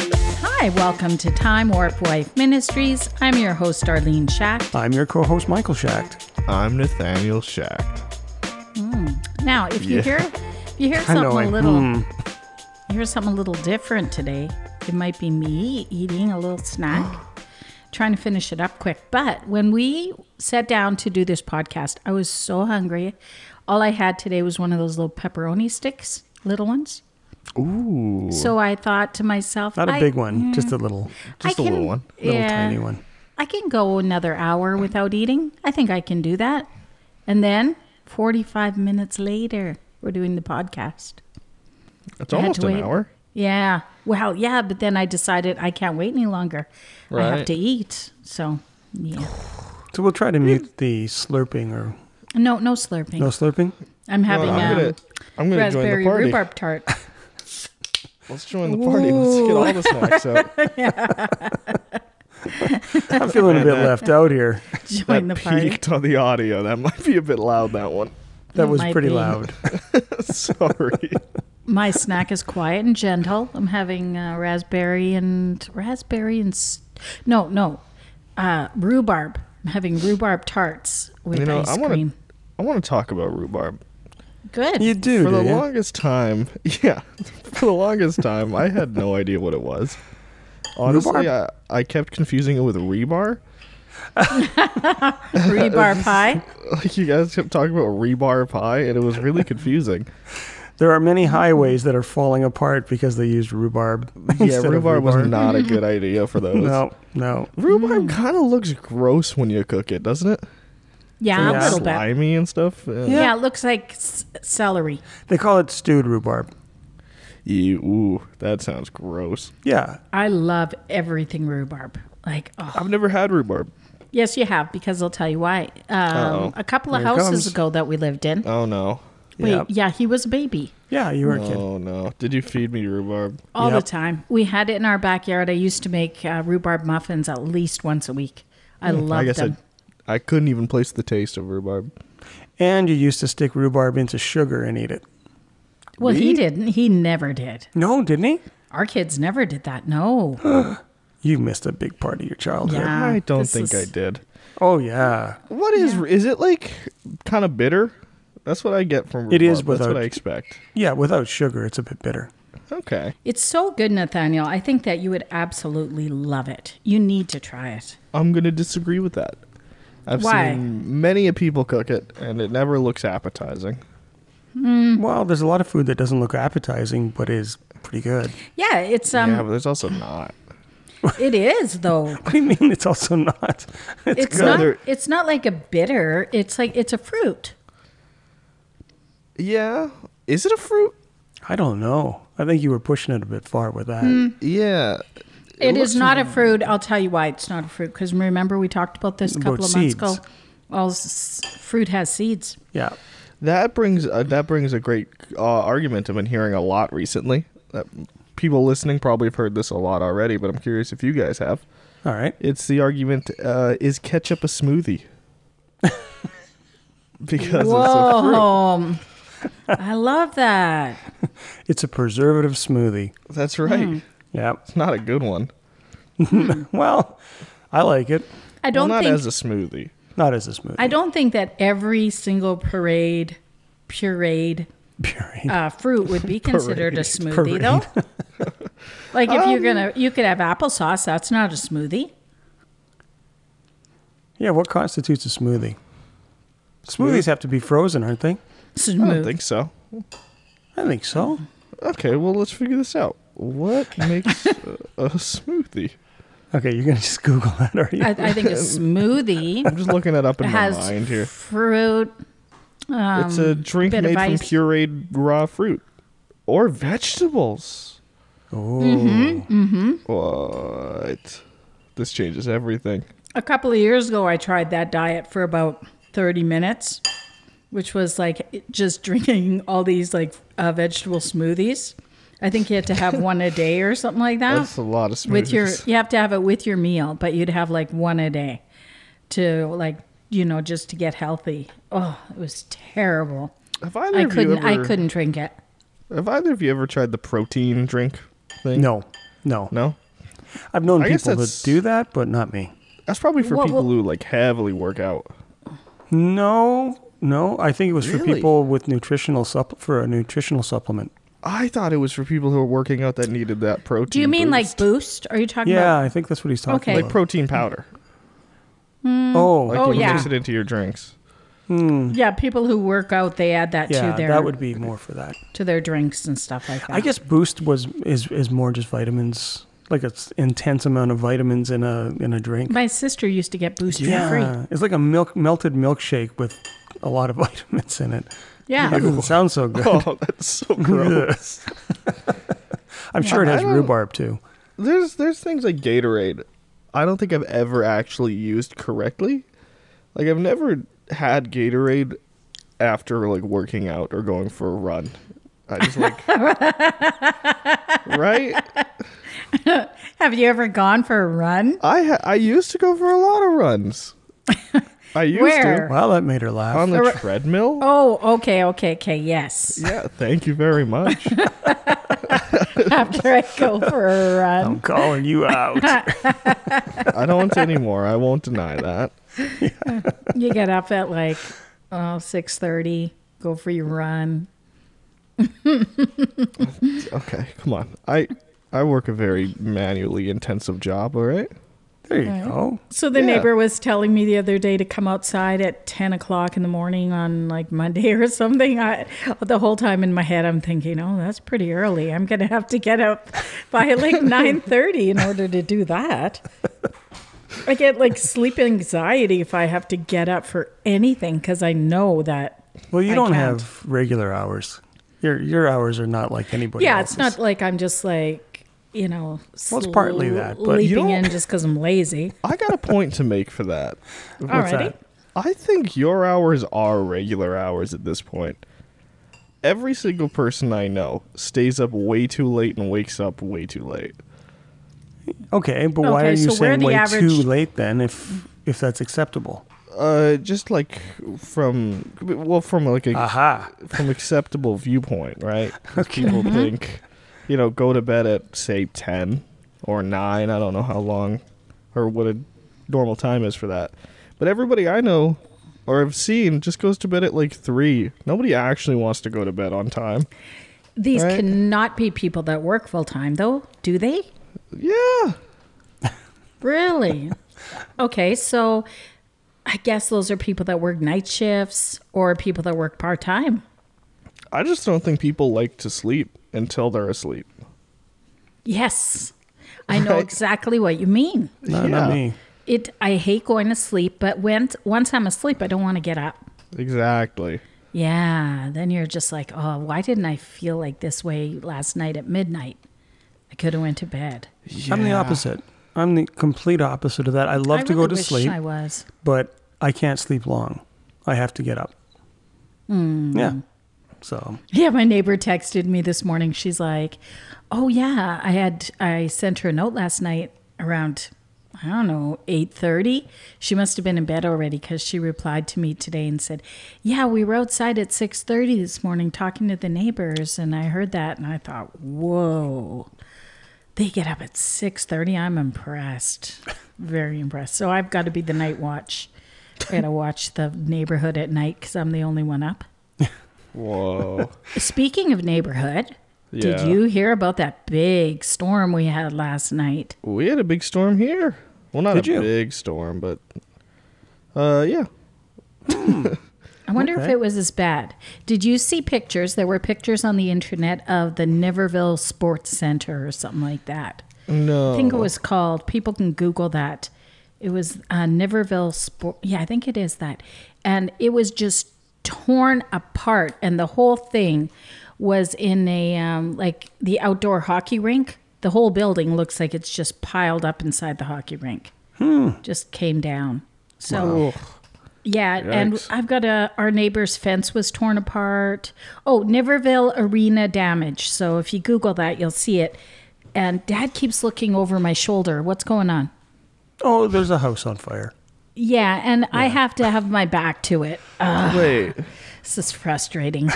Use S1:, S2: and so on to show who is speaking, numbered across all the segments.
S1: Hi, welcome to Time Warp Wife Ministries. I'm your host, Darlene Schacht.
S2: I'm your co host, Michael Schacht.
S3: I'm Nathaniel Schacht.
S1: Now, if you
S3: Yeah.
S1: hear if you hear
S2: Kinda
S1: something a
S2: like, hmm,
S1: little you hear something a little different today, it might be me eating a little snack, trying to finish it up quick. But when we sat down to do this podcast, I was so hungry. All I had today was one of those little pepperoni sticks, little ones.
S3: Ooh.
S1: So I thought to myself,
S2: Not a
S1: I- mm.
S2: big one, just a little,
S3: Just
S1: a
S3: a little one.
S2: little tiny one.
S1: I can go another hour without eating. I think I can do that. And then 45 minutes later, we're doing the podcast.
S3: It's
S1: I had
S3: almost
S1: to
S3: an
S1: wait.
S3: hour.
S1: Yeah. Well, yeah, but then I decided I can't wait any longer. I have
S3: Right.
S1: to eat. So, yeah.
S2: So we'll
S1: Hmm.
S2: try to mute the slurping or
S1: No, no slurping.
S2: no slurping.
S1: I'm having
S3: I'm
S1: um,
S3: gonna, I'm gonna join
S1: raspberry
S3: the party.
S1: rhubarb tart.
S3: Let's join the party. Let's get all the snacks out.
S2: I'm feeling a bit left out here.
S1: Join the
S3: that
S1: party.
S3: peaked on the audio. That might be a bit loud. That one.
S2: That
S1: It
S2: was
S1: might
S2: pretty
S1: be.
S2: loud.
S3: Sorry.
S1: My snack is quiet and gentle. I'm having uh, raspberry and raspberry and s no, no, uh, rhubarb. I'm having rhubarb tarts with
S3: you know,
S1: ice
S3: I want
S1: cream.
S3: to. I want to talk about rhubarb.
S1: Good.
S2: You do,
S3: for the
S2: do you?
S3: longest time, yeah, for the longest time, I had no idea what it was. Honestly, I, I kept confusing it with rebar.
S1: rhubarb pie.
S3: Like you guys kept talking about rebar pie, and it was really confusing.
S2: There are
S1: Hmm.
S2: many highways that are falling apart because they used rhubarb.
S3: yeah,
S2: instead of
S3: rhubarb was not a good idea for those.
S2: No, no.
S1: Hmm.
S3: Rhubarb kind of looks gross when you cook it, doesn't it?
S1: Yeah,
S2: Yeah.
S1: a little bit.
S3: Slimy and stuff.
S1: Yeah. it looks like s- celery.
S2: They call it stewed rhubarb.
S3: Ew, ooh, that sounds gross.
S2: Yeah.
S1: I love everything rhubarb. Like, oh,
S3: I've never had rhubarb.
S1: yes, you have because I'll tell you why. Um,
S3: Uh-oh.
S1: a couple of
S2: Here it
S1: houses
S2: comes. Uh,
S1: ago that we lived in.
S3: Oh no.
S1: Wait,
S2: Yep.
S1: yeah, he was a baby.
S2: Yeah, you were a kid.
S3: Oh no. Did you feed me rhubarb?
S1: all
S2: Yep.
S1: the time. We had it in our backyard. I used to make uh, rhubarb muffins at least once a week. I
S3: I
S1: loved
S3: guess
S1: them.
S3: I, I couldn't even place the taste of rhubarb.
S2: And you used to stick rhubarb into sugar and eat it.
S1: well, he didn't. He never did.
S2: No, didn't he?
S1: Our kids never did that. No.
S2: You missed a big part of your childhood.
S1: Yeah. Ah,
S3: I don't
S1: this
S3: think
S1: is-
S3: I did.
S2: Oh yeah.
S3: What is? Is it like kind of bitter? That's what I get from. Rhubarb.
S2: It is
S3: That's
S2: without-
S3: what I expect.
S2: Yeah, without sugar it's a bit bitter.
S3: Okay.
S1: it's so good, Nathaniel. I think that you would absolutely love it. You need to try it.
S3: I'm gonna disagree with that. I've
S1: Why?
S3: seen many a people cook it, and it never looks appetizing.
S1: Mm.
S2: Well, there's a lot of food that doesn't look appetizing, but is pretty good.
S1: Yeah, it's um
S3: yeah, but there's also not.
S1: it is though.
S2: What do you mean it's also not? It's,
S1: It's
S2: good.
S1: not
S3: There-
S1: it's not like a bitter. It's like it's a fruit.
S3: Yeah. Is it a fruit?
S2: I don't know. I think you were pushing it a bit far with that.
S1: Mm.
S3: Yeah.
S1: it is
S3: looks-
S1: not a fruit. I'll tell you why it's not a fruit cuz remember we talked about this a
S2: About
S1: couple of months
S2: seeds.
S1: ago. All s- fruit has seeds.
S2: Yeah.
S3: That brings uh, that brings a great uh, argument I've been hearing a lot recently. That people listening probably have heard this a lot already, but I'm curious if you guys have.
S2: All right.
S3: It's the argument: uh, is ketchup a smoothie? because it's a fruit.
S1: Whoa. I love that.
S2: It's a preservative smoothie.
S3: That's right.
S2: Yeah.
S3: It's not a good one.
S2: Well, I like it.
S1: I
S3: Well,
S1: don't
S3: not
S1: think
S3: as a smoothie.
S2: Not as a smoothie.
S1: I don't think that every single parade pureed
S2: Puree.
S1: uh, fruit would be considered a smoothie
S2: Parade.
S1: though. like if
S3: Um,
S1: you're gonna you could have applesauce, that's not a smoothie.
S2: yeah. What constitutes a smoothie? Smoothies have to be frozen, aren't they?
S3: I
S1: Smooth.
S3: don't think so.
S2: I think so.
S3: Okay, well let's figure this out. What makes a, a smoothie?
S2: Okay, you're gonna just Google that, are you?
S1: I, I think a smoothie
S3: I'm just looking it up in my
S1: has
S3: mind here.
S1: fruit.
S3: it's a drink
S1: Um, bit of
S3: made from
S1: ice.
S3: pureed raw fruit or vegetables.
S2: oh,
S1: Mm-hmm,
S3: What? This changes everything.
S1: A couple of years ago, I tried that diet for about 30 minutes, which was like it- just drinking all these like uh, vegetable smoothies. I think you had to have one a day or something like that.
S3: That's a lot of smoothies.
S1: Oh, with your, you have to have it with your meal, but you'd have like one a day to like, you know, just to get healthy. Oh, it was terrible.
S3: have either
S1: I
S3: of you
S1: couldn't,
S3: ever,
S1: I couldn't drink it.
S3: Have either of you ever tried the protein drink thing?
S2: no, no,
S3: No.
S2: I've known
S3: I guess
S2: people that
S3: that's-
S2: do that, but not me.
S3: That's probably for
S1: What-
S3: people
S1: what-
S3: who like heavily work out.
S2: No, no. I think it was for
S3: Really?
S2: people with nutritional supp- for a nutritional supplement.
S3: I thought it was for people who are working out that needed that protein.
S1: Do you mean like
S3: boost.
S1: boost? Are you talking
S2: Yeah,
S1: about?
S2: I think that's what he's talking
S1: Okay.
S2: about.
S3: like protein powder?
S2: oh,
S3: Like
S1: Oh,
S3: you
S1: yeah.
S3: mix it into your drinks.
S1: Yeah, people who work out they add that
S2: yeah,
S1: to their
S2: that would be more for that.
S1: to their drinks and stuff like that.
S2: I guess Boost was is is more just vitamins, like an intense amount of vitamins in a in a drink.
S1: my sister used to get boost for free.
S2: it's like a milk melted milkshake with a lot of vitamins in it.
S1: Yeah.
S2: That doesn't sound so good.
S3: Oh, that's so gross.
S2: I'm sure it
S3: I
S2: has
S3: don't-
S2: rhubarb too.
S3: there's there's things like Gatorade. I don't think I've ever actually used correctly. Like I've never had Gatorade after like working out or going for a run. I just like right.
S1: Have you ever gone for a run?
S3: I ha- I used to go for a lot of runs. I used
S1: Where?
S2: Wow, that made her laugh.
S3: to on the
S1: Or-
S3: treadmill.
S1: Oh, okay, okay, okay. Yes.
S3: Yeah, thank you very much.
S1: After I go for a
S2: I'm
S1: run.
S2: calling you out.
S3: I don't want any more. I won't deny that.
S1: You get up at like oh, 6:30, go for your run.
S3: Okay, come on. I I work a very manually intensive job. All right.
S2: there you go.
S1: So the
S3: Yeah.
S1: neighbor was telling me the other day to come outside at 10 o'clock in the morning on like Monday or something. I, the whole time in my head, I'm thinking, oh, that's pretty early. I'm going to have to get up by like 9.30 in order to do that. I get like sleep anxiety if I have to get up for anything because I know that.
S2: Well, you
S1: I
S2: don't
S1: can't.
S2: have regular hours. Your your hours are not like anybody.
S1: yeah, it's
S2: else's.
S1: not like I'm just like, you know,
S2: Well, it's partly that, but
S1: leaping
S2: you
S3: don't-
S1: in just because I'm lazy.
S3: I got a point to make for that.
S2: What's
S1: Alrighty.
S2: that?
S3: I think your hours are regular hours at this point. Every single person I know stays up way too late and wakes up way too late.
S2: Okay, but why
S1: Okay,
S2: are you
S1: so we're
S2: saying
S1: the
S2: way
S1: average-
S2: too late then? If if that's acceptable.
S3: Uh, just like from well, from like a
S2: Aha.
S3: from acceptable viewpoint, right? 'Cause People think, you know, go to bed at say ten or nine. I don't know how long or what a normal time is for that. But everybody I know or have seen just goes to bed at like three. Nobody actually wants to go to bed on time.
S1: These
S3: Right.
S1: cannot be people that work full time, though, do they?
S3: Yeah.
S1: Really? okay, so I guess those are people that work night shifts or people that work part time.
S3: I just don't think people like to sleep until they're asleep.
S1: Yes. I know
S3: Right.
S1: exactly what you mean.
S2: No,
S3: Yeah.
S2: not me.
S1: It I hate going to sleep, but when once I'm asleep, I don't want to get up.
S3: Exactly.
S1: Yeah, then you're just like, "Oh, why didn't I feel like this way last night at midnight? I could have went to bed."
S2: I'm the
S3: Yeah.
S2: opposite. I'm the complete opposite of that. I love
S1: I
S2: to
S1: really
S2: go to
S1: wish
S2: sleep,
S1: I was.
S2: but I can't sleep long. I have to get up.
S1: Hmm.
S2: Yeah. So
S1: Yeah, my neighbor texted me this morning. She's like, "Oh yeah, I had I sent her a note last night around I don't know, 8:30. She must have been in bed already cuz she replied to me today and said, "Yeah, we were outside at 6:30 this morning talking to the neighbors and I heard that and I thought, "Whoa. They get up at 6:30. I'm impressed. Very impressed. So I've got to be the night watch. I got to watch the neighborhood at night cuz I'm the only one up.
S3: Whoa.
S1: Speaking of neighborhood, did
S3: Yeah.
S1: you hear about that big storm we had last night?
S3: we had a big storm here. Well, not
S2: Did
S3: a
S2: you?
S3: big storm, but uh, yeah.
S1: I wonder if
S2: Okay.
S1: it was as bad. Did you see pictures? There were pictures on the internet of the Niverville Sports Center or something like that.
S3: No.
S1: I think it was called. People can Google that. It was uh, Niverville Sport. Yeah, I think it is that. And it was just torn apart, and the whole thing was in a um, like the outdoor hockey rink. The whole building looks like it's just piled up inside the hockey rink. Just came down. So
S3: Ugh.
S1: yeah, and
S3: Yikes.
S1: I've got a our neighbor's fence was torn apart. Oh, Niverville Arena damage. So if you Google that, you'll see it. And Dad keeps looking over my shoulder. What's going on?
S2: oh there's a house on fire.
S1: Yeah, and I have to have my back to it. Uh,
S3: Wait.
S1: this is frustrating.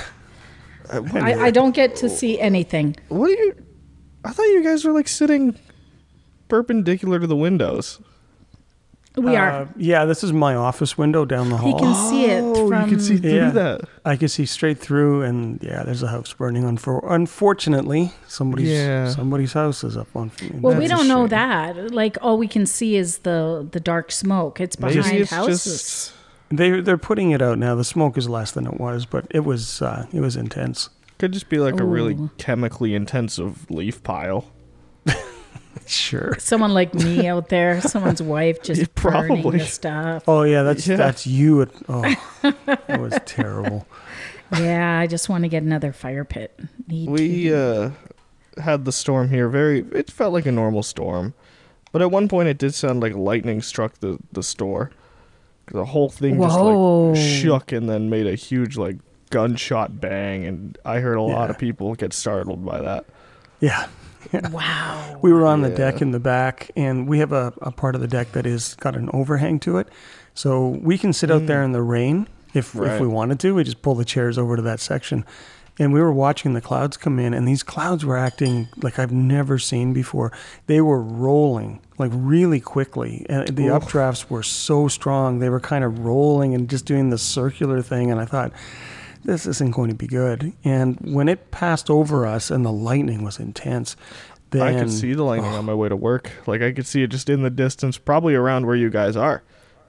S3: I wonder-
S1: I, I don't get to see anything.
S3: what do you? I thought you guys were like sitting perpendicular to the windows.
S1: We
S2: Uh,
S1: are.
S2: yeah, this is my office window down the
S1: He
S2: hall.
S1: can see it
S3: Oh,
S1: from.
S3: you can see through
S2: Yeah.
S3: that.
S2: I can see straight through, and yeah, there's a house burning on. For unfortunately, somebody's
S3: Yeah.
S2: somebody's house is up on.
S1: well, we
S3: That's a
S1: don't know
S3: shame.
S1: that. Like all we can see is the the dark smoke. It's
S3: Maybe
S1: behind
S3: it's
S1: houses.
S3: just
S2: They they're putting it out now. The smoke is less than it was, but it was uh, it was intense.
S3: could just be like a really
S1: Ooh.
S3: chemically intensive leaf pile.
S2: Sure.
S1: Someone like me out there, someone's wife just
S3: Yeah,
S1: burning
S3: probably.
S1: the stuff.
S2: Oh yeah, that's
S3: Yeah.
S2: that's you. At, oh, that was terrible.
S1: Yeah, I just want to get another fire pit. Need
S3: We
S1: to.
S3: uh, had the storm here. Very, it felt like a normal storm, but at one point it did sound like lightning struck the the store. The whole thing
S1: Whoa.
S3: just like shook and then made a huge like gunshot bang, and I heard a lot
S2: Yeah.
S3: of people get startled by that.
S2: Yeah.
S3: uh,
S1: wow.
S2: We were on the
S3: Yeah.
S2: deck in the back, and we have a, a part of the deck that is got an overhang to it, so we can sit out there in the rain if if
S3: Hmm. Right.
S2: we wanted to. We just pull the chairs over to that section, and we were watching the clouds come in, and these clouds were acting like I've never seen before. They were rolling like really quickly, and the
S3: Oof.
S2: updrafts were so strong. They were kind of rolling and just doing the circular thing, and I thought. This isn't going to be good. And when it passed over us and the lightning was intense, then
S3: I could see the lightning on my way to work. Like I could see it just in the distance, probably around where you guys are,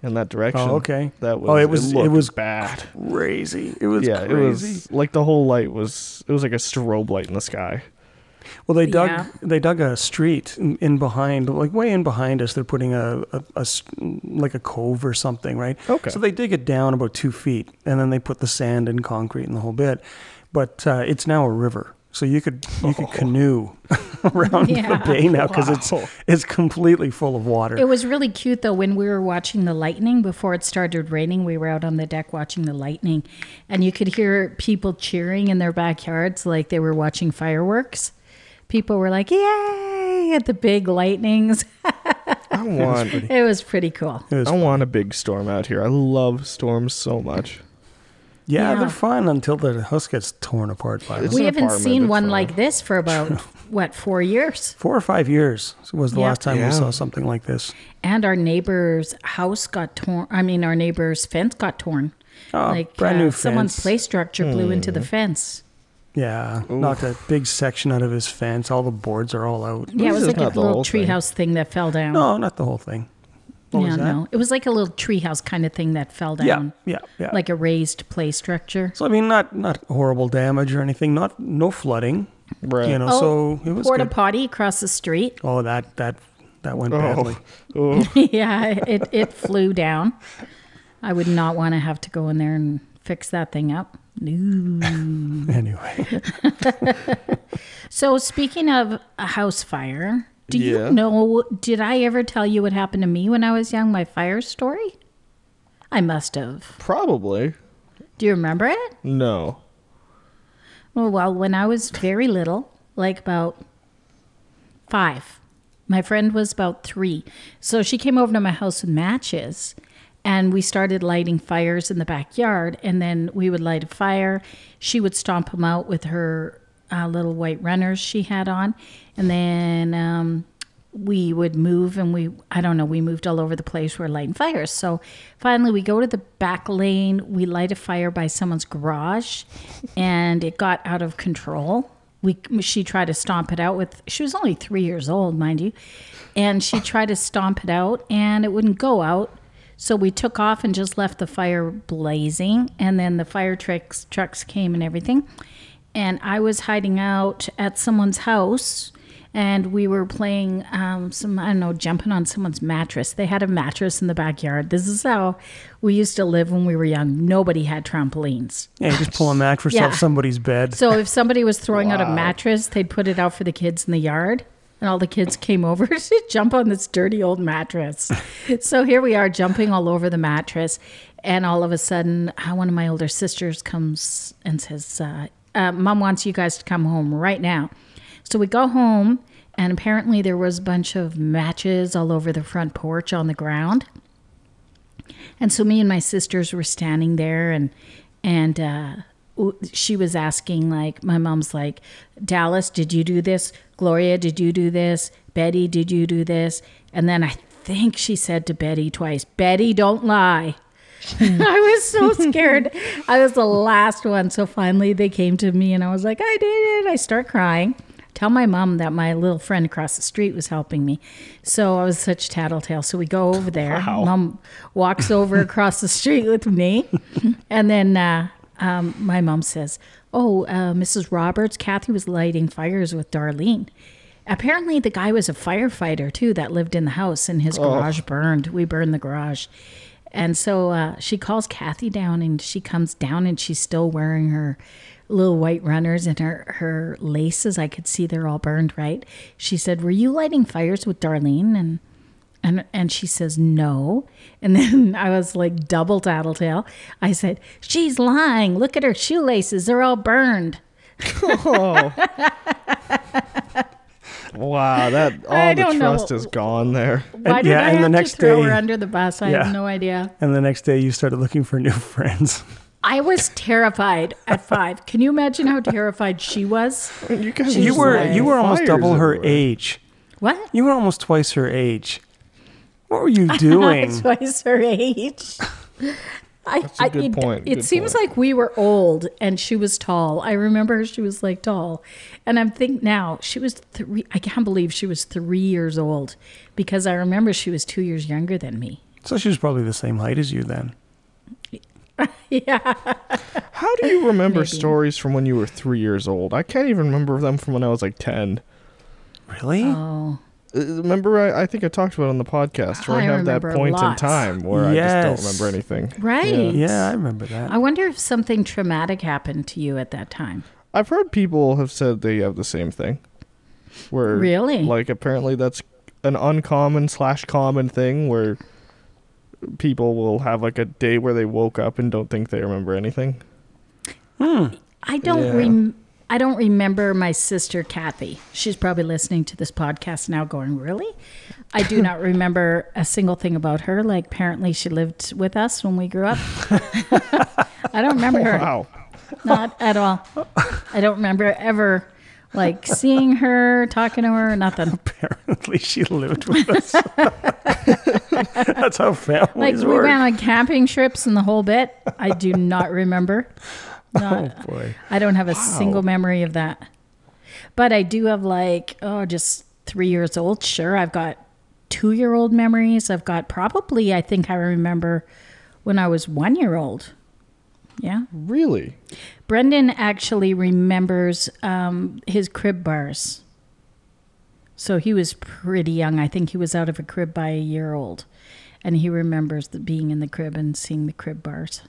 S3: in that direction.
S2: Oh, okay.
S3: That was.
S2: Oh, it was- it
S3: looked
S2: was
S3: bad.
S2: crazy. It was
S3: yeah,
S2: crazy.
S3: it was like the whole light was. It was like a strobe light in the sky.
S2: well, they dug
S1: Yeah.
S2: they dug a street in, in behind, like way in behind us. They're putting a, a- a s- like a cove or something, right?
S3: Okay.
S2: So they dig it down about two feet, and then they put the sand and concrete and the whole bit. But uh, it's now a river, so you could you could canoe around
S1: Yeah.
S2: the bay now because
S3: Oh. Wow.
S2: it's it's completely full of water.
S1: It was really cute though when we were watching the lightning before it started raining. We were out on the deck watching the lightning, and you could hear people cheering in their backyards like they were watching fireworks. People were like, "Yay!" at the big lightnings.
S3: I want.
S1: It was pretty cool.
S2: It was-
S3: I want a big storm out here. I love storms so much.
S2: yeah,
S1: Yeah.
S2: they're fine until the house gets torn apart by
S3: It's
S2: us.
S1: we
S3: an
S1: haven't
S3: apartment,
S1: seen
S3: it's
S1: one
S3: fine.
S1: like this for about what four years.
S2: Four or five years was the
S1: Yeah.
S2: last time
S3: Yeah.
S2: we saw something like this.
S1: And our neighbor's house got torn. I mean, our neighbor's fence got torn.
S2: Oh,
S1: like
S2: brand
S1: uh,
S2: new
S1: someone's
S2: fence.
S1: play structure blew into
S2: Hmm.
S1: the fence.
S2: Yeah, knocked a big section out of his fence. All the boards are all out.
S1: Yeah, it
S3: This
S1: was
S3: is
S1: like a
S3: not the
S1: little
S3: whole thing.
S1: treehouse thing. that fell down.
S2: No, not the whole thing. What
S1: yeah,
S2: was that?
S1: no, it was like a little treehouse kind of thing that fell
S2: Yeah,
S1: down,
S2: yeah, yeah.
S1: like a raised play structure.
S2: so I mean, not not horrible damage or anything. Not no flooding.
S3: Right.
S2: You know,
S1: Oh,
S2: so it was
S1: porta
S2: good.
S1: potty across the street.
S2: oh, that that that went badly.
S3: Oh, oh.
S1: yeah, it it flew down. I would not want to have to go in there and fix that thing up. No.
S2: Anyway,
S1: so speaking of a house fire, do
S3: Yeah.
S1: you know? Did I ever tell you what happened to me when I was young? My fire story. I must have.
S3: probably
S1: Do you remember it?
S3: no.
S1: Well, well, when I was very little, like about five, my friend was about three. So she came over to my house with matches and we started lighting fires in the backyard. And then we would light a fire. She would stomp them out with her uh, little white runners she had on. And then um, we would move and we i don't know we moved all over the place we were lighting fires so finally we go to the back lane we light a fire by someone's garage and it got out of control we she tried to stomp it out with she was only three years old mind you and she tried to stomp it out and it wouldn't go out so we took off and just left the fire blazing and then the fire trucks trucks came and everything and I was hiding out at someone's house, and we were playing um, some I don't know jumping on someone's mattress. They had a mattress in the backyard. This is how we used to live when we were young. Nobody had trampolines,
S2: yeah, you just pull a mattress
S1: Yeah.
S2: off somebody's bed.
S1: so if somebody was throwing out a
S3: Wow.
S1: mattress, they'd put it out for the kids in the yard. And all the kids came over to jump on this dirty old mattress. so here we are jumping all over the mattress. And all of a sudden, uh, one of my older sisters comes and says, uh, uh, Mom wants you guys to come home right now. So we go home, and apparently there was a bunch of matches all over the front porch on the ground. And so me and my sisters were standing there, and and uh, w- she was asking like my mom's like dallas did you do this gloria did you do this betty did you do this and then i think she said to betty twice betty don't lie i was so scared i was the last one so finally they came to me and i was like i did it i start crying tell my mom that my little friend across the street was helping me so i was such tattletale so we go over there
S3: Wow.
S1: mom walks over across the street with me and then uh, um, my mom says, Oh, uh, Mrs. Roberts, Kathy was lighting fires with Darlene. Apparently, the guy was a firefighter too that lived in the house, and his garage burned. We burned the garage. And so uh, she calls Kathy down, and she comes down, and she's still wearing her little white runners and her, her laces. I could see they're all burned, right? She said, Were you lighting fires with Darlene? And and and she says no. And then I was like double tattletale. I said, She's lying. Look at her shoelaces, they're all burned.
S2: Oh.
S3: Wow, that all
S1: I
S3: the
S1: don't know.
S3: trust is gone there.
S1: Why did
S2: yeah,
S1: I
S2: and the
S1: have
S2: next
S1: to throw
S2: day-
S1: her under the bus? I
S2: Yeah.
S1: have no idea.
S2: And the next day, you started looking for new friends.
S1: I was terrified at five. Can you imagine how terrified she was?
S3: You, guys
S1: You
S2: You
S3: just
S2: were
S1: lying.
S3: lighting
S2: you were almost
S3: fires
S2: double her
S3: everywhere.
S2: age.
S1: What?
S2: You were almost twice her age. What were you doing?
S1: Twice her age. I,
S3: a
S1: I-
S3: good
S1: it,
S3: point,
S1: It
S3: good
S1: seems like we were old and she was tall. I remember she was like tall. And I'm think now she was three. I can't believe she was three years old because I remember she was two years younger than me.
S2: So she was probably the same height as you then.
S1: Yeah.
S3: How do you remember
S1: Maybe.
S3: stories from when you were three years old? I can't even remember them from when I was like ten.
S2: Really?
S1: Oh,
S3: Uh, Remember, I, I think I talked about it on the podcast where I,
S1: I
S3: have that
S1: remember
S3: point
S1: lots.
S3: in time where I
S2: Yes.
S3: just don't remember anything.
S1: right.
S2: yeah, I remember that.
S1: I wonder if something traumatic happened to you at that time.
S3: I've heard people have said they have the same thing. Where
S1: Really?
S3: like apparently that's an uncommon slash common thing where people will have like a day where they woke up and don't think they remember anything.
S1: I don't
S3: Yeah.
S1: rem- I don't remember my sister Kathy. She's probably listening to this podcast now going, "Really?" I do not remember a single thing about her. Like apparently she lived with us when we grew up. I don't remember her
S3: Wow.
S1: not at all. I don't remember ever like seeing her, talking to her, nothing.
S2: Apparently, she lived with us. That's how families
S1: Like we
S2: work.
S1: went on camping trips and the whole bit. I do not remember. Not
S2: oh boy.
S1: I don't have a single memory of that. But I do have like, oh, just three years old. Sure. I've got two year old memories. I've got probably, I think I remember when I was one year old. Yeah.
S3: Really?
S1: Brendan actually remembers um, his crib bars. So he was pretty young. I think he was out of a crib by a year old. And he remembers the, being in the crib and seeing the crib bars.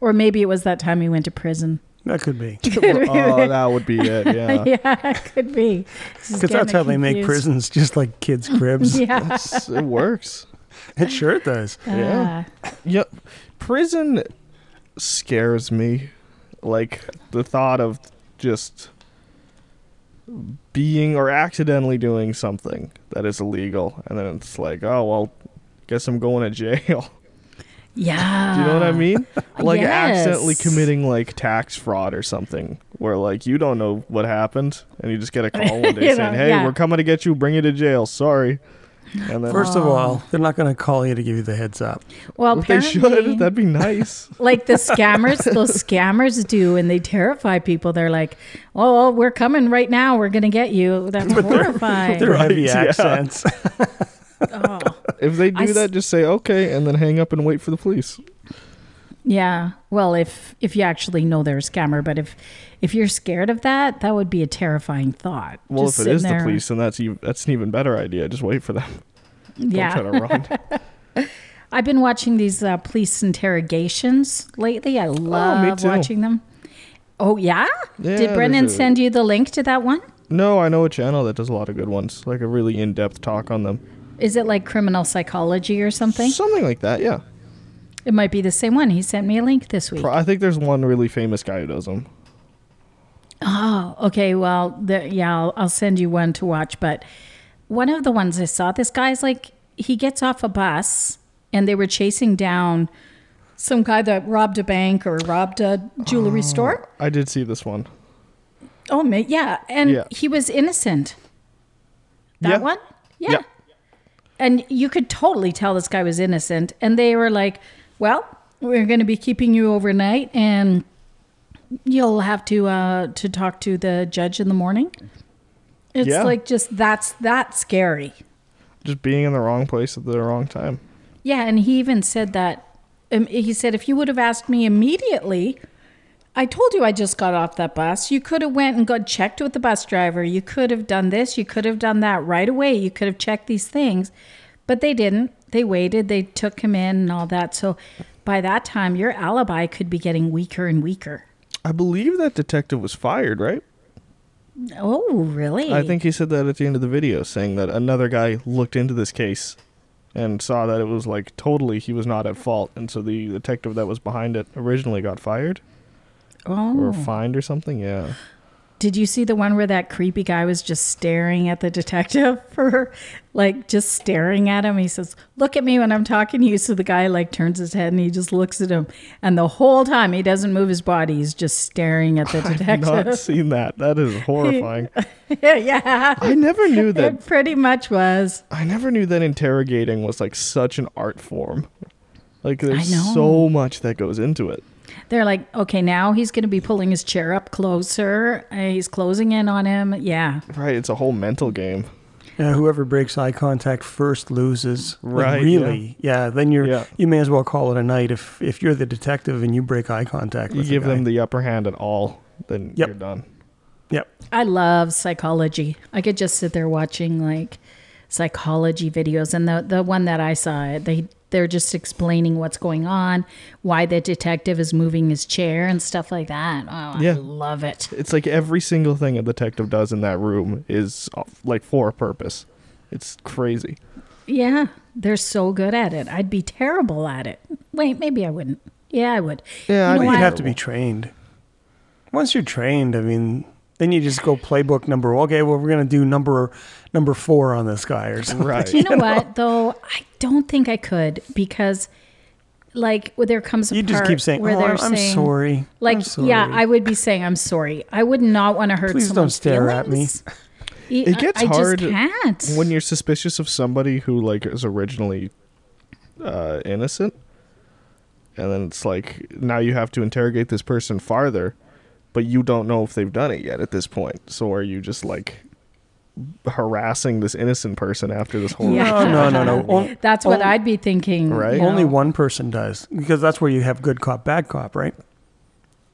S1: Or maybe it was that time he went to prison.
S2: That could be.
S3: oh, that would be it. Yeah.
S1: yeah, it could be. This is
S2: Because
S1: getting
S2: that's how they make
S1: confused.
S2: prisons, just like kids' cribs.
S1: Yeah.
S3: It's- it works.
S2: It sure does.
S3: Yeah.
S1: Ah,
S3: Yep. Prison scares me. Like the thought of just being or accidentally doing something that is illegal and then it's like, oh well, guess I'm going to jail.
S1: yeah.
S3: Do you know what I mean? Like accidentally
S1: Ah. Yes.
S3: committing like tax fraud or something where like you don't know what happened and you just get a call one day
S1: You
S3: saying,
S1: know,
S3: "Hey,
S1: yeah.
S3: we're coming to get you. Bring you to jail. Sorry." And then
S2: First of all, they're not going to call you to give you the heads up.
S1: Well,
S3: if they
S1: apparently,
S3: should, that'd be nice.
S1: like the scammers, those scammers do, and they terrify people. They're like, "Oh, we're coming right now. We're gonna get you." That's horrifying.
S2: They're
S3: Right,
S2: heavy
S3: yeah.
S2: accents.
S1: oh,
S3: If they do
S1: I s-
S3: that, just say okay and then hang up and wait for the police.
S1: yeah. Well, if if you actually know they're a scammer, but if if you're scared of that, that would be a terrifying thought.
S3: Well,
S1: Just
S3: if it
S1: sitting
S3: is the
S1: there.
S3: police, then that's even, that's an even better idea. Just wait for them.
S1: yeah.
S3: Don't try to run.
S1: I've been watching these uh, police interrogations lately. I love
S3: Oh, too.
S1: watching them. Oh yeah?
S3: Yeah,
S1: Did
S3: there's
S1: Brennan
S3: a-
S1: send you the link to that one?
S3: no, I know a channel that does a lot of good ones, like a really in depth talk on them,
S1: Is it like criminal psychology or something?
S3: something like that. Yeah,
S1: It might be the same one. He sent me a link this week.
S3: Pro- I think there's one really famous guy who does them.
S1: Oh, okay. Well, the, yeah, I'll, I'll send you one to watch. But one of the ones I saw, this guy's like, he gets off a bus and they were chasing down Some guy that robbed a bank or robbed a
S3: Oh.
S1: jewelry store.
S3: I did see this one.
S1: Oh, ma- yeah. And
S3: Yeah.
S1: he was innocent. That
S3: Yeah.
S1: one? Yeah.
S3: Yeah.
S1: And you could totally tell this guy was innocent. And they were like, well, we're going to be keeping you overnight and you'll have to uh, to talk to the judge in the morning. It's
S3: Yeah.
S1: like just that's that scary.
S3: Just being in the wrong place at the wrong time.
S1: Yeah, and he even said that. Um, he said, if you would have asked me immediately, I told you I just got off that bus. You could have went and got checked with the bus driver. You could have done this. You could have done that right away. You could have checked these things, but they didn't. They waited. They took him in and all that. So by that time, your alibi could be getting weaker and weaker.
S3: I believe that detective was fired, right?
S1: Oh, really?
S3: I think he said that at the end of the video, saying that another guy looked into this case and saw that it was like totally he was not at fault, and so the detective that was behind it originally got fired or
S1: Oh,
S3: fined or something. Yeah,
S1: did you see the one where that creepy guy was just staring at the detective for like just staring at him? He says, Look at me when I'm talking to you. So the guy like turns his head and he just looks at him. And the whole time he doesn't move his body, he's just staring at the
S3: I've not
S1: detective.
S3: seen that. That is horrifying.
S1: yeah.
S3: I never knew that.
S1: It pretty much was.
S3: I never knew that interrogating was like such an art form. Like there's
S1: know.
S3: so much that goes into it.
S1: They're like, Okay, now he's going to be pulling his chair up closer. Uh, He's closing in on him. Yeah.
S3: Right, it's a whole mental game.
S2: Yeah, whoever breaks eye contact first loses. Like,
S3: Right, yeah.
S2: really? Yeah. Then you're
S3: Yeah.
S2: you may as well call it a night if if you're the detective and you break eye contact.
S3: You
S2: With
S3: give
S2: the guy.
S3: them the upper hand at all, then
S2: Yep.
S3: you're done.
S2: Yep.
S1: I love psychology. I could just sit there watching like psychology videos, and the the one that I saw, they they're just explaining what's going on, why the detective is moving his chair and stuff like that. Oh,
S3: Yeah.
S1: I love it.
S3: It's like every single thing a detective does in that room is uh, like for a purpose. It's crazy.
S1: Yeah, they're so good at it. I'd be terrible at it. Wait, maybe I wouldn't. Yeah, I would.
S3: Yeah,
S1: You know
S2: But
S1: what?
S2: you'd have to be trained. Once you're trained, I mean, then you just go playbook number. Okay, well, we're gonna do number number four on this guy or something.
S3: Right.
S1: You know what though? I don't think I could because, like, well, there comes a
S2: You just
S1: part
S2: keep saying,
S1: where
S2: "Oh,
S1: they're
S2: I'm, I'm
S1: saying,
S2: sorry."
S1: Like,
S2: I'm sorry.
S1: yeah, I would be saying I'm sorry. I would not want to hurt
S2: Please don't
S1: someone's
S2: stare at me.
S1: feelings. Y-
S3: It gets
S1: I, I
S3: hard
S1: just can't.
S3: When you're suspicious of somebody who like is originally uh, innocent, and then it's like now you have to interrogate this person farther, but you don't know if they've done it yet at this point. So are you just like harassing this innocent person after this whole?
S1: Yeah.
S2: No, no, no, no. O-
S1: That's what
S2: only-
S1: I'd be thinking.
S3: Oh, Right?
S1: you know.
S2: Only one person does because that's where you have good cop, bad cop, right?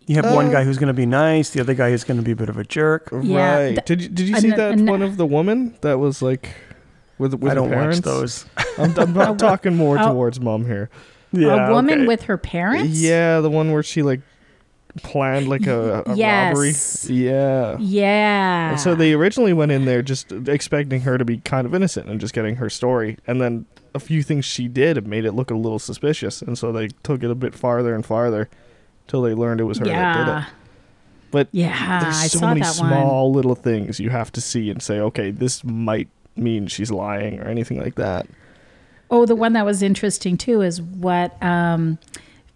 S2: You have one
S3: Uh,
S2: guy who's going to be nice, the other guy who's going to be a bit of a jerk.
S1: Yeah,
S3: Right.
S1: th-
S3: did you did you
S1: and
S3: see
S1: the-
S3: that
S1: and-
S3: one of the woman that was like with with
S2: I
S3: her
S2: don't
S3: parents?
S2: watch those.
S3: I'm, I'm, I'm talking more
S1: Oh.
S3: towards mom here.
S1: a woman
S2: okay.
S1: with her parents.
S3: Yeah, the one where she like planned like a, a
S1: Yes.
S3: robbery. Yeah.
S1: Yeah.
S3: And so they originally went in there just expecting her to be kind of innocent and just getting her story, and then a few things she did made it look a little suspicious, and so they took it a bit farther and farther till they learned it was her that did
S1: Yeah.
S3: it. But
S1: Yeah,
S3: there's
S1: I
S3: so
S1: saw
S3: many
S1: that one.
S3: small little things you have to see and say, okay, this might mean she's lying or anything like that.
S1: Oh, the one that was interesting too is what um,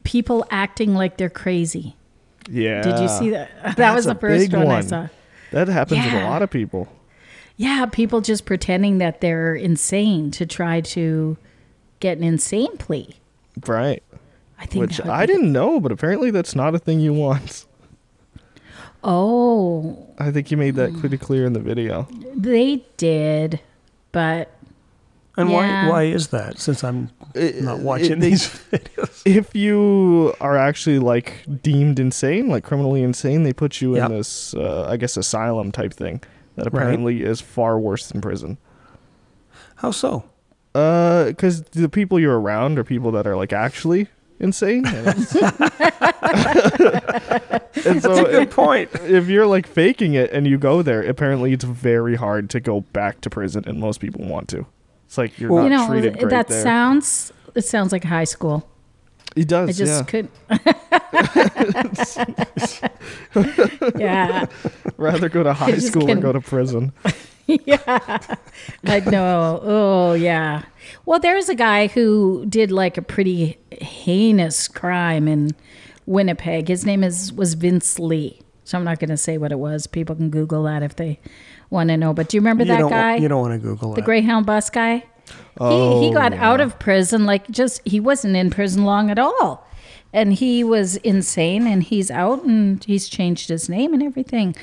S1: people acting like they're crazy.
S3: Yeah.
S1: Did you see that? That
S3: That's
S1: was
S3: a
S1: the first
S3: big
S1: one, I
S3: one.
S1: saw.
S3: That happens with a
S1: Yeah.
S3: lot of people.
S1: Yeah, people just pretending that they're insane to try to get an insane plea.
S3: Right.
S1: I think
S3: Which
S1: that would
S3: I
S1: be-
S3: didn't know, but apparently that's not a thing you want.
S1: Oh,
S3: I think you made that pretty clear in the video.
S1: they did, but
S2: And
S1: Yeah.
S2: why why is that? Since I'm
S3: It-
S2: not watching
S3: Uh, it-
S2: these videos.
S3: If you are actually like deemed insane, like criminally insane, they put you
S2: Yep.
S3: in this, uh, I guess, asylum type thing that apparently is far worse than prison.
S2: How so?
S3: because the people you're around are people that are like actually insane. And, it's- And so
S2: Good point.
S3: if you're like faking it and you go there, apparently it's very hard to go back to prison, and most people want to. It's like you're
S2: Well,
S3: not
S1: you know
S3: treated great
S1: that
S3: there.
S1: sounds it sounds like high school.
S3: it does.
S1: I just
S3: yeah.
S1: couldn't. yeah,
S3: Rather go to high
S1: just
S3: school or
S1: couldn't-
S3: go to prison.
S1: yeah. I know. Oh, yeah. Well, there's a guy who did like a pretty heinous crime in Winnipeg. His name is was Vince Lee. So I'm not going to say what it was. People can Google that if they want to know. But do you remember
S2: you
S1: that
S2: don't,
S1: guy?
S2: You don't want to Google
S1: the
S2: it.
S1: Greyhound bus guy. he,
S3: Oh,
S1: he got out of prison like just he wasn't in prison long at all. And he was insane and he's out and he's changed his name and everything.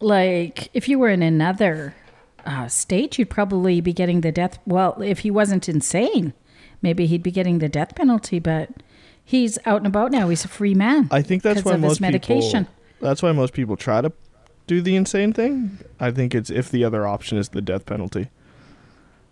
S1: Like if you were in another uh, state, you'd probably be getting the death well, if he wasn't insane, maybe he'd be getting the death penalty, but he's out and about now. He's a free man.
S3: I think that's
S1: 'cause
S3: why
S1: of
S3: most
S1: his medication.
S3: people. That's why most people try to do the insane thing. I think it's if the other option is the death penalty,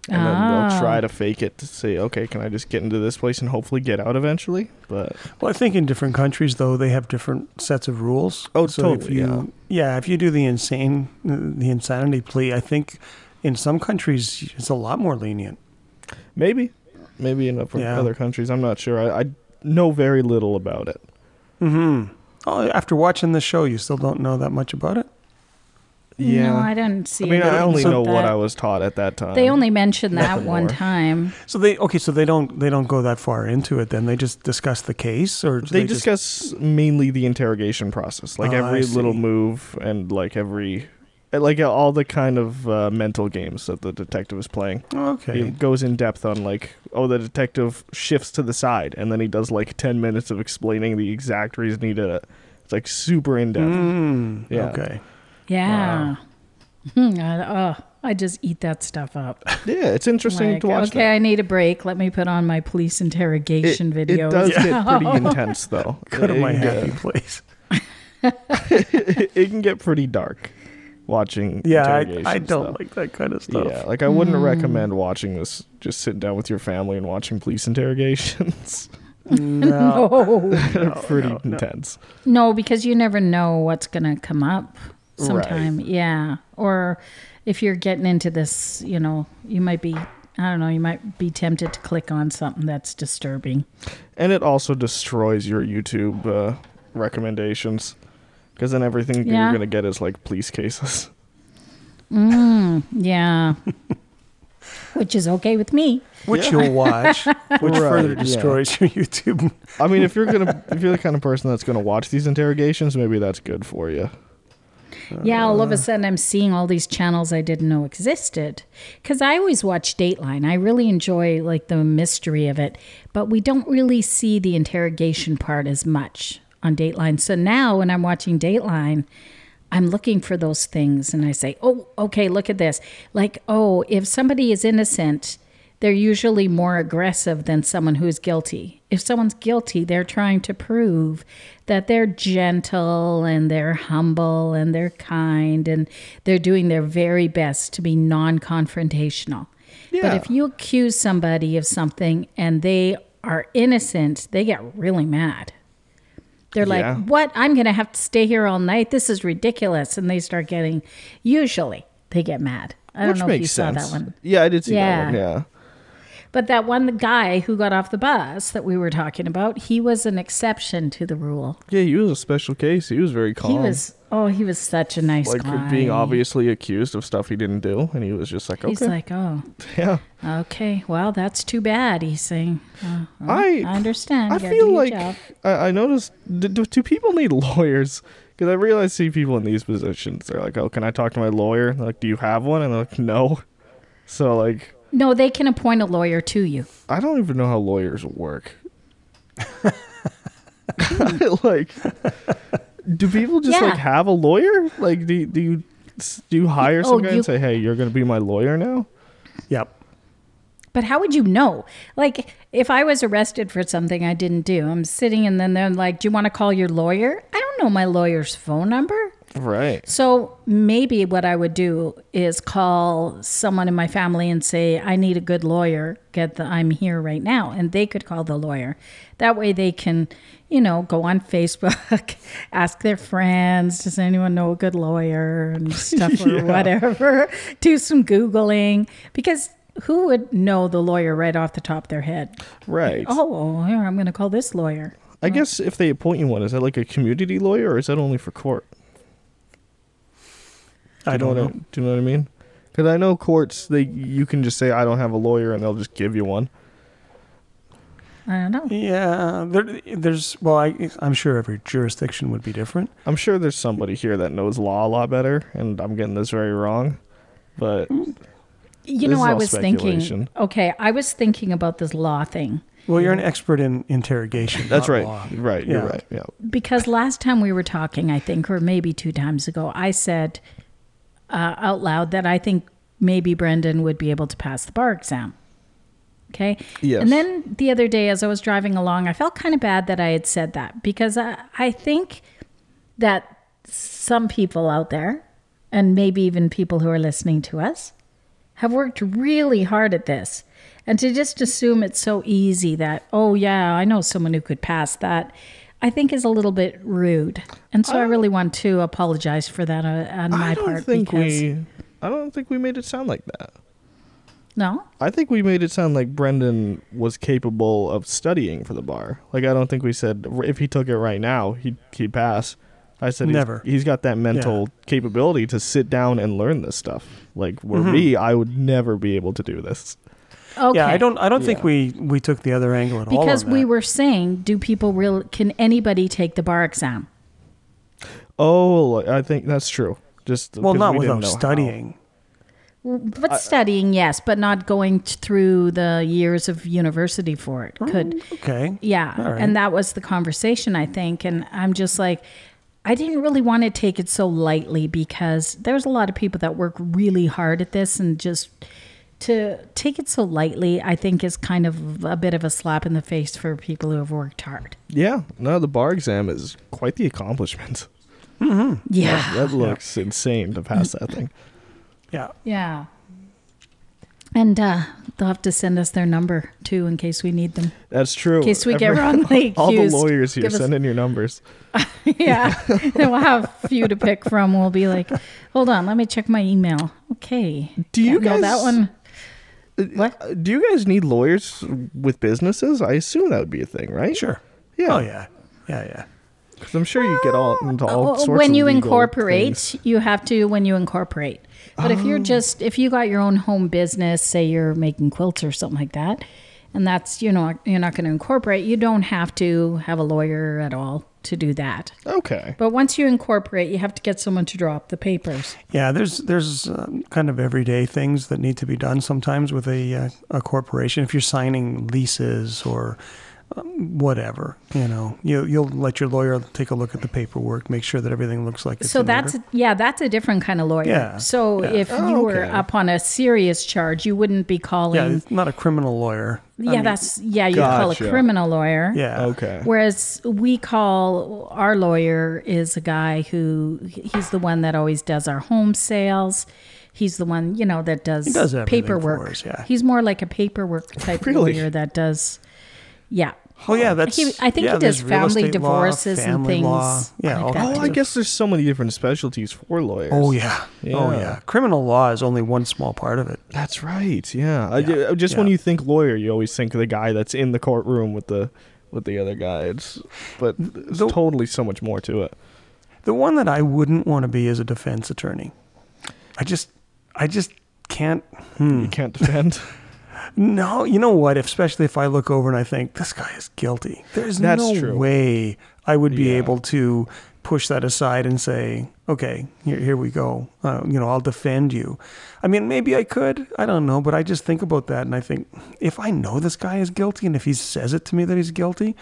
S3: and then they'll
S1: Ah.
S3: try to fake it to say, "Okay, can I just get into this place and hopefully get out eventually?" But
S2: Well, I think in different countries, though, they have different sets of rules.
S3: Oh,
S2: If
S3: totally,
S2: you, yeah, if you do the insane, the insanity plea, I think in some countries it's a lot more lenient.
S3: maybe, maybe in other-
S2: Yeah.
S3: other countries, I'm not sure. I, I know very little about it.
S2: Mm-hmm. Oh, after watching the show, you still don't know that much about it.
S1: Oh. No, I don't see
S3: I mean, I
S1: anything
S3: only
S1: about
S3: know what
S1: that.
S3: I was taught at that time.
S1: They only mentioned that
S3: Nothing
S1: one
S3: more.
S1: time.
S2: So they okay, so they don't they don't go that far into it. Then they just discuss the case, or
S3: they, discuss mainly the interrogation process, like
S2: Oh, I
S3: every
S2: see.
S3: little move and like every, eh, like all the kind of uh, mental games that the detective is playing.
S2: Just, Oh, okay.
S3: He goes in depth on like, oh, the detective shifts to the side, and then he does like ten minutes of explaining the exact reason he did it. It's like super in depth.
S2: Mm,
S3: Yeah.
S2: Okay.
S1: Yeah. Hmm, I, oh, I just eat that stuff up.
S3: Yeah, it's interesting
S1: Like,
S3: to watch.
S1: okay,
S3: that.
S1: I need a break. Let me put on my police
S3: It,
S1: interrogation
S3: it
S1: video.
S3: does get pretty intense though.
S2: Go to
S3: It-
S2: my
S3: it-
S2: happy place.
S3: it, it can get pretty dark watching.
S2: Yeah, I,
S3: interrogation
S2: I don't
S3: stuff.
S2: like that kind of stuff.
S3: Yeah, like I wouldn't
S1: Hmm.
S3: recommend watching this. Just sitting down with your family and watching police interrogations.
S2: No.
S1: no.
S3: They're pretty
S2: no, no.
S3: intense.
S1: no, because you never know what's going to come up sometime. Yeah. Or if you're getting into this, you know, you might be, I don't know, you might be tempted to click on something that's disturbing.
S3: and it also destroys your YouTube uh, recommendations because then everything
S1: Yeah.
S3: you're gonna get is like police cases.
S1: Mm, yeah. Which is okay with me.
S2: Which
S3: Yeah.
S2: you'll watch, which further
S3: Right, yeah.
S2: destroys your YouTube.
S3: I mean, if you're gonna, if you're the kind of person that's gonna watch these interrogations, maybe that's good for you.
S1: Yeah, all of a sudden I'm seeing all these channels I didn't know existed. Because I always watch Dateline. I really enjoy like the mystery of it, but we don't really see the interrogation part as much on Dateline. So now when I'm watching Dateline, I'm looking for those things and I say, oh, okay, look at this. Like, oh, if somebody is innocent, they're usually more aggressive than someone who's guilty. If someone's guilty, they're trying to prove that they're gentle and they're humble and they're kind and they're doing their very best to be non confrontational. But
S3: Yeah.
S1: if you accuse somebody of something and they are innocent, they get really mad. They're like,
S3: Yeah.
S1: what? I'm going to have to stay here all night. This is ridiculous. And they start getting, usually, they get mad. I don't
S3: Which
S1: know
S3: makes
S1: if you
S3: sense.
S1: saw that one.
S3: Yeah, I did see
S1: Yeah.
S3: that one. Yeah,
S1: But that one guy who got off the bus that we were talking about, he was an exception to the rule.
S3: yeah, he was a special case. He was very calm.
S1: He was, oh, he was such a nice
S3: like
S1: guy.
S3: being obviously accused of stuff he didn't do, and he was just like,
S1: He's
S3: okay,
S1: like, oh,
S3: yeah.
S1: okay, well, that's too bad. He's saying, "Oh, well,
S3: I-
S1: I understand.
S3: I
S1: You gotta do
S3: feel
S1: your
S3: like
S1: job."
S3: I, I noticed. Do, do, do people need lawyers? Because I realize see people in these positions. They're like, "Oh, can I talk to my lawyer?" And they're like, "Do you have one?" And they're like, "No." So like,
S1: no, they can appoint a lawyer to you.
S3: I don't even know how lawyers work. like, do people just
S1: Yeah.
S3: like have a lawyer? Like, do do you do you hire some
S1: Oh,
S3: guy
S1: you-
S3: and say, "Hey, you're going to be my lawyer now"?
S2: Yep.
S1: But how would you know? Like, if I was arrested for something I didn't do, I'm sitting and then they're like, Do you want to call your lawyer? I don't know my lawyer's phone number.
S3: Right.
S1: So maybe what I would do is call someone in my family and say, I need a good lawyer. Get the I'm here right now. And they could call the lawyer. That way they can, you know, go on Facebook, ask their friends, does anyone know a good lawyer and stuff or whatever. do some Googling. Because who would know the lawyer right off the top of their head?
S3: Right.
S1: Oh, here, I'm going to call this lawyer.
S3: I guess if they appoint you one, is that like a community lawyer, or is that only for court?
S2: I
S3: Do you
S2: don't
S3: know
S2: know.
S3: what I- do you know what I mean? Because Because I know courts, they you can just say I don't have a lawyer, and they'll just give you one.
S1: I don't know.
S2: Yeah, there, there's well, I, I'm sure every jurisdiction would be different.
S3: I'm sure there's somebody here that knows law a lot better, and I'm getting this very wrong. But
S1: You
S3: This
S1: know,
S3: is
S1: I
S3: all
S1: was thinking.
S3: speculation.
S1: Okay, I was thinking about this law thing
S2: Well, you're an expert in interrogation.
S3: Mm-hmm. that's
S2: not
S3: right,
S2: law.
S3: right,
S2: Yeah.
S3: you're right. Yeah,
S1: because last time we were talking, I think, or maybe two times ago, I said uh, out loud that I think maybe Brendan would be able to pass the bar exam. Okay.
S3: Yes.
S1: And then the other day, as I was driving along, I felt kind of bad that I had said that because I, I think that some people out there, and maybe even people who are listening to us, have worked really hard at this. And to just assume it's so easy that, oh, yeah, I know someone who could pass that, I think is a little bit rude. And so I, really want to apologize for that on, on my
S3: I don't
S1: part.
S3: think
S1: because,
S3: we. I don't think we made it sound like that.
S1: No?
S3: I think we made it sound like Brendan was capable of studying for the bar. Like I don't think we said if he took it right now, he'd he'd pass. I said he's-
S2: Never.
S3: he's got that mental capability to sit down and learn this stuff. Like were
S2: Mm-hmm.
S3: me, I would never be able to do this.
S1: Okay.
S2: Yeah, I don't. I don't think
S3: Yeah.
S2: we we took the other angle at all. on
S1: because we
S2: that.
S1: were saying do people real can anybody take the bar exam
S3: Oh, I think that's true. Just
S2: well,
S3: 'cause
S2: not
S3: we didn't
S2: without
S3: know how.
S2: studying.
S1: but studying yes but not going t- through the years of university for it could
S2: Okay.
S1: yeah
S2: All right.
S1: and that was the conversation i think and i'm just like i didn't really want to take it so lightly because there's a lot of people that work really hard at this and just to take it so lightly i think is kind of a bit of a slap in the face for people who have worked hard
S3: Yeah, no, the bar exam is quite the accomplishment.
S1: yeah
S3: That looks insane to pass that thing.
S2: Yeah.
S1: Yeah. And uh, they'll have to send us their number too in case we need them.
S3: That's true.
S1: In case we get
S3: Every-
S1: wrongly accused.
S3: all the lawyers here
S1: Give us-
S3: send in your numbers.
S1: yeah. then we'll have a few to pick from. We'll be like, hold on, let me check my email. Okay.
S3: Do you
S1: Don't know that
S3: guys-
S1: one?
S3: What? Uh, Do you guys need lawyers with businesses? I assume that would be a thing, right?
S2: Sure.
S3: Yeah.
S2: Oh yeah. Yeah yeah.
S3: Because I'm sure you get all into all
S1: Well,
S3: sorts of
S1: oh, when you
S3: legal
S1: incorporate,
S3: things. Oh.
S1: you have to when you incorporate. But if you're just if you got your own home business, say you're making quilts or something like that, and that's you know you're not going to incorporate, you don't have to have a lawyer at all to do that.
S3: Okay.
S1: But once you incorporate, you have to get someone to draw up the papers.
S2: Yeah, there's there's um, kind of everyday things that need to be done sometimes with a uh, a corporation. If you're signing leases or um, whatever, you know, you you'll let your lawyer take a look at the paperwork, make sure that everything looks like it's
S1: so
S2: in
S1: that's
S2: order.
S1: yeah, that's a different kind of lawyer.
S2: Yeah,
S1: So
S2: yeah.
S1: if
S3: Oh,
S1: you were
S3: okay.
S1: up on a serious charge, you wouldn't be
S2: yeah,
S1: calling.
S2: it's not a criminal lawyer. I
S1: Yeah,
S2: mean,
S1: that's yeah. You call a
S3: Gotcha.
S1: criminal lawyer.
S2: yeah.
S3: Okay.
S1: Whereas we call our lawyer is a guy who he's the one that always does our home sales. He's the one you know that does,
S2: does everything for
S1: paperwork.
S2: us, yeah.
S1: He's more like a paperwork type
S3: Really?
S1: lawyer that does. Yeah.
S2: Well, yeah, that's.
S1: He, I think
S2: yeah,
S1: he
S2: there's
S1: does
S2: real
S1: family
S2: estate law,
S1: divorces and
S2: family
S1: things.
S2: law. Yeah,
S1: like
S2: all
S1: that.
S2: kinds
S3: Oh, I
S2: of-
S3: guess there's so many different specialties for lawyers.
S2: Oh yeah. Oh
S3: Yeah.
S2: yeah. Criminal law is only one small part of it.
S3: That's right. Yeah. I ju- uh,
S2: Yeah,
S3: just when
S2: yeah.
S3: you think lawyer, you always think of the guy that's in the courtroom with the with the other guy. It's but there's
S2: The-
S3: totally so much more to it.
S2: The one that I wouldn't want to be is a defense attorney. I just, I just can't. hmm.
S3: You can't defend.
S2: No, you know what? Especially if I look over and I think this guy is guilty. There's
S3: That's
S2: no
S3: true.
S2: way I would be
S3: Yeah.
S2: able to push that aside and say, "Okay, here, here we go." Uh, you know, I'll defend you. I mean, maybe I could. I don't know, but I just think about that and I think if I know this guy is guilty and if he says it to me that he's guilty,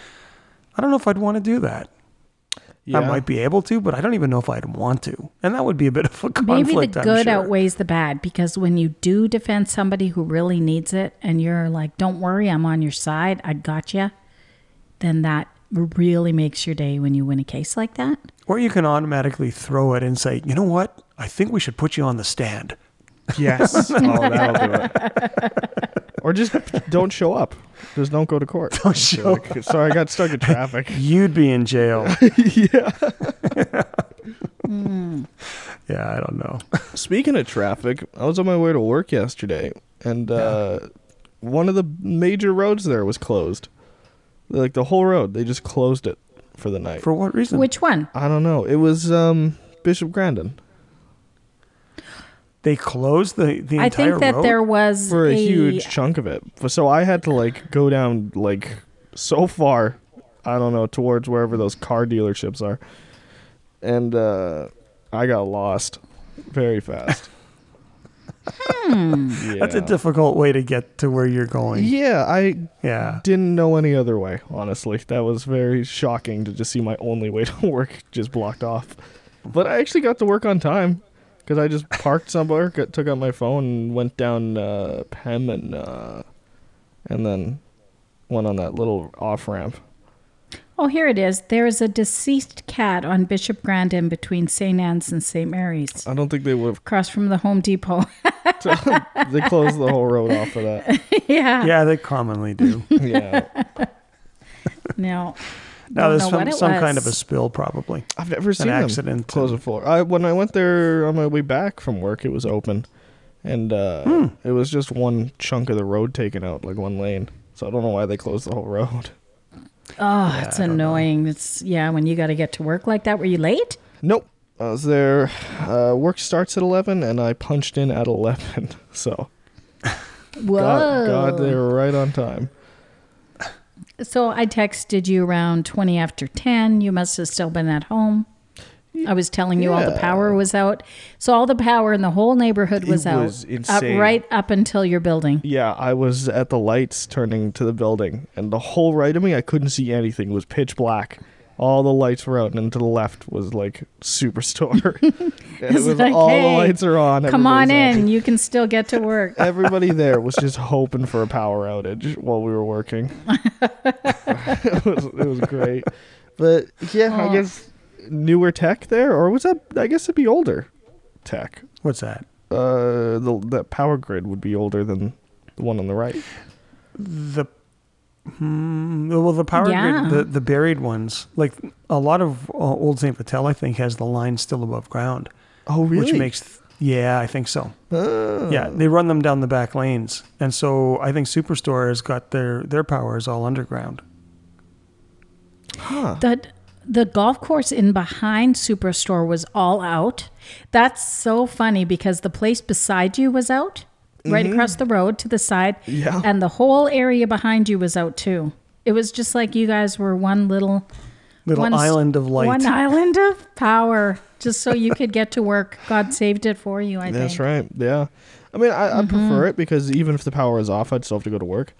S2: I don't know if I'd want to do that.
S3: yeah.
S2: I might be able to, but I don't even know if I'd want to. And that would be a bit of a conflict.
S1: Maybe the
S2: I'm
S1: good
S2: sure.
S1: outweighs the bad because when you do defend somebody who really needs it and you're like, don't worry, I'm on your side, I got you, then that really makes your day when you win a case like that.
S2: Or you can automatically throw it and say, you know what? I think we should put you on the stand.
S3: Yes. oh, that'll do it. Or just don't show up. Just don't go to court. Don't
S2: show
S3: Sorry, I got stuck in traffic.
S2: You'd be in jail.
S1: Hmm.
S2: yeah, I don't know.
S3: Speaking of traffic, I was on my way to work yesterday, and uh, one of the major roads there was closed. Like the whole road, they just closed it for the night.
S2: For what reason?
S1: Which one?
S3: I don't know. It was um, Bishop Grandin.
S2: They closed the the
S1: I
S2: entire
S1: think that
S2: road.
S1: there was
S3: for a huge chunk of it. So I had to like go down like so far, I don't know, towards wherever those car dealerships are. And uh I got lost very fast.
S1: hmm.
S3: yeah.
S2: That's a difficult way to get to where you're going.
S3: Yeah, I
S2: Yeah.
S3: didn't know any other way, honestly. That was very shocking to just see my only way to work just blocked off. But I actually got to work on time because I just parked somewhere, got, took out my phone, and went down uh, Pem and uh, and then went on that little off ramp.
S1: Oh, here it is. There is a deceased cat on Bishop Grandin between St. Anne's and St. Mary's,
S2: Uh.
S3: I don't think they would
S1: across from the Home Depot.
S3: have. they closed the whole road off for that.
S1: yeah.
S2: Yeah, they commonly do.
S3: Yeah,
S1: No.
S2: Now
S1: Don't
S2: there's
S1: know what
S2: some,
S1: it
S2: some kind
S1: was.
S2: of a spill probably.
S3: I've never seen
S2: An
S3: them
S2: accident.
S3: close it for. I when I went there on my way back from work, it was open, and uh, it was just one chunk of the road taken out, like one lane. So I don't know why they closed the whole road.
S1: Oh, it's annoying. It's yeah, when you got to get to work like that. Were you late?
S3: Nope. I was there. Uh, work starts at eleven, and I punched in at eleven. So
S1: Whoa.
S3: God, God, they were right on time.
S1: So I texted you around 20 after 10. You must have still been at home. I was telling you all the
S3: Yeah.
S1: power was out. So all the power in the whole neighborhood was out.
S3: was
S1: Up,
S3: insane.
S1: right up until your building.
S3: Yeah, I was at the lights turning to the building, and the whole right of me, I couldn't see anything. It was pitch black. All the lights were out, and to the left was like superstore. and it
S1: It's
S3: was
S1: like,
S3: all
S1: "Hey,
S3: the lights are on.
S1: Come on
S3: everybody's out."
S1: in. You can still get to work.
S3: Everybody there was just hoping for a power outage while we were working. it, was, it was great, but yeah, I guess newer tech there, or was that? I guess it'd be older tech.
S2: What's that?
S3: Uh, the that power grid would be older than the one on the right.
S2: The hmm, well, the power
S1: Yeah.
S2: grid, the, the buried ones, like a lot of uh, old Saint Patel, I think, has the line still above ground,
S3: Oh,
S2: which makes yeah, I think so.
S1: Oh.
S2: Yeah, they run them down the back lanes, and so I think Superstore has got their their power is all underground.
S1: The the golf course in behind Superstore was all out. That's so funny because the place beside you was out, right across the road to the side.
S3: Mm-hmm. Yeah.
S1: And the whole area behind you was out too. It was just like you guys were one little
S2: Little
S1: one s-
S2: island of light.
S1: One island of power. Just so you could get to work. God saved it for you, I
S3: That's
S1: think. Mm-hmm.
S3: right. Yeah. I mean, I, I prefer it because even if the power is off, I'd still have to go to work.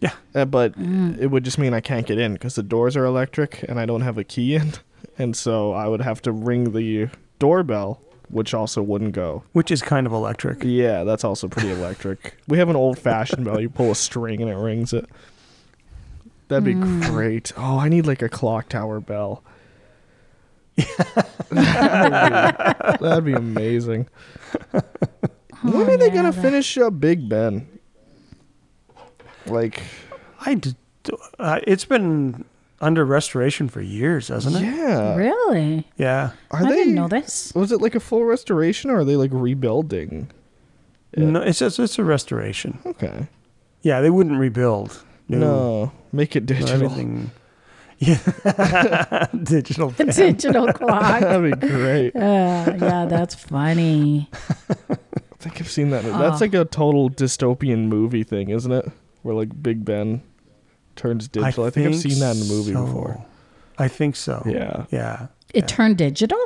S2: Yeah.
S3: Uh, but
S1: Mm.
S3: it would just mean I can't get in because the doors are electric and I don't have a key in. And so I would have to ring the doorbell, which also wouldn't go.
S2: which is kind of electric.
S3: Yeah, that's also pretty electric. We have an old fashioned bell. You pull a string and it rings it. That'd be
S1: Hmm.
S3: great. Oh, I need like a clock tower bell. that'd, be, that'd be amazing. when are they
S1: Oh, yeah,
S3: gonna
S1: that-
S3: finish uh, Big Ben? Like,
S2: I d- d- uh, it's been under restoration for years, hasn't it?
S3: yeah,
S1: Really?
S2: Yeah.
S3: are
S1: I
S3: they?
S1: didn't know this.
S3: Was it like a full restoration or are they like rebuilding? Yeah.
S2: No, it's just, it's a restoration.
S3: Okay,
S2: Yeah, they wouldn't rebuild.
S3: no, make it
S2: No,
S3: digital.
S2: everything. Yeah, digital.
S1: The
S2: fan.
S1: digital clock.
S3: that'd be great.
S1: Uh, yeah, that's funny.
S3: I think I've seen that. That's like a total dystopian movie thing, isn't it? Where like Big Ben turns digital. I, think, I've seen that in a movie
S2: so.
S3: before.
S2: I think so.
S3: Yeah.
S2: Yeah.
S1: It turned digital?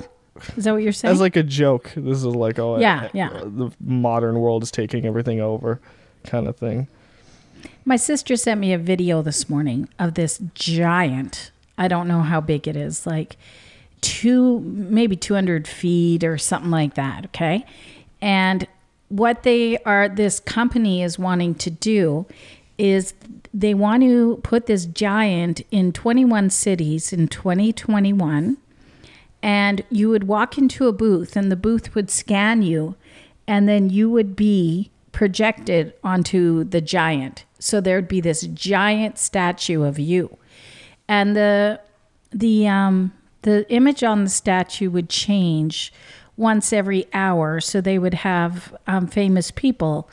S1: Is that what you're saying?
S3: As like a joke. This is like oh
S1: Yeah,
S3: eh,
S1: yeah.
S3: The modern world is taking everything over, kind of thing.
S1: My sister sent me a video this morning of this giant, I don't know how big it is, like two, maybe 200 feet or something like that. Okay. And what they are, this company is wanting to do is they want to put this giant in 21 cities in 2021 and you would walk into a booth and the booth would scan you and then you would be projected onto the giant so there'd be this giant statue of you and the the um the image on the statue would change once every hour so they would have um, famous people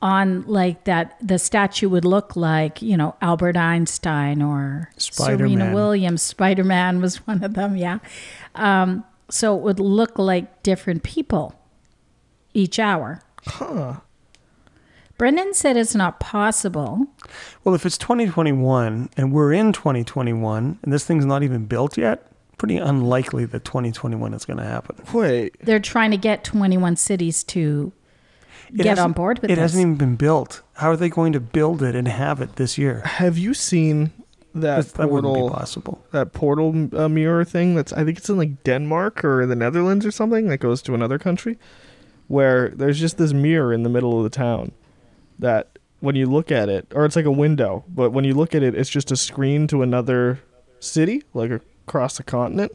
S1: on like that the statue would look like you know albert einstein or serena
S2: Spider-Man.
S1: williams spider-man was one of them yeah um, so it would look like different people each hour. Brendan said it's not possible.
S2: Well, if it's 2021 and we're in 2021 and this thing's not even built yet, pretty unlikely that 2021 is going to happen.
S3: Wait.
S1: They're trying to get 21 cities to get on
S2: hasn't-
S1: board with
S2: It
S1: this.
S2: hasn't even been built. How are they going to build it and have it this year?
S3: Have you seen that
S2: That's- that wouldn't be
S3: portal?
S2: possible.
S3: that portal uh, mirror thing that's i think it's in like denmark or the netherlands or something that goes to another country where there's just this mirror in the middle of the town that when you look at it or it's like a window but when you look at it it's just a screen to another city like across the continent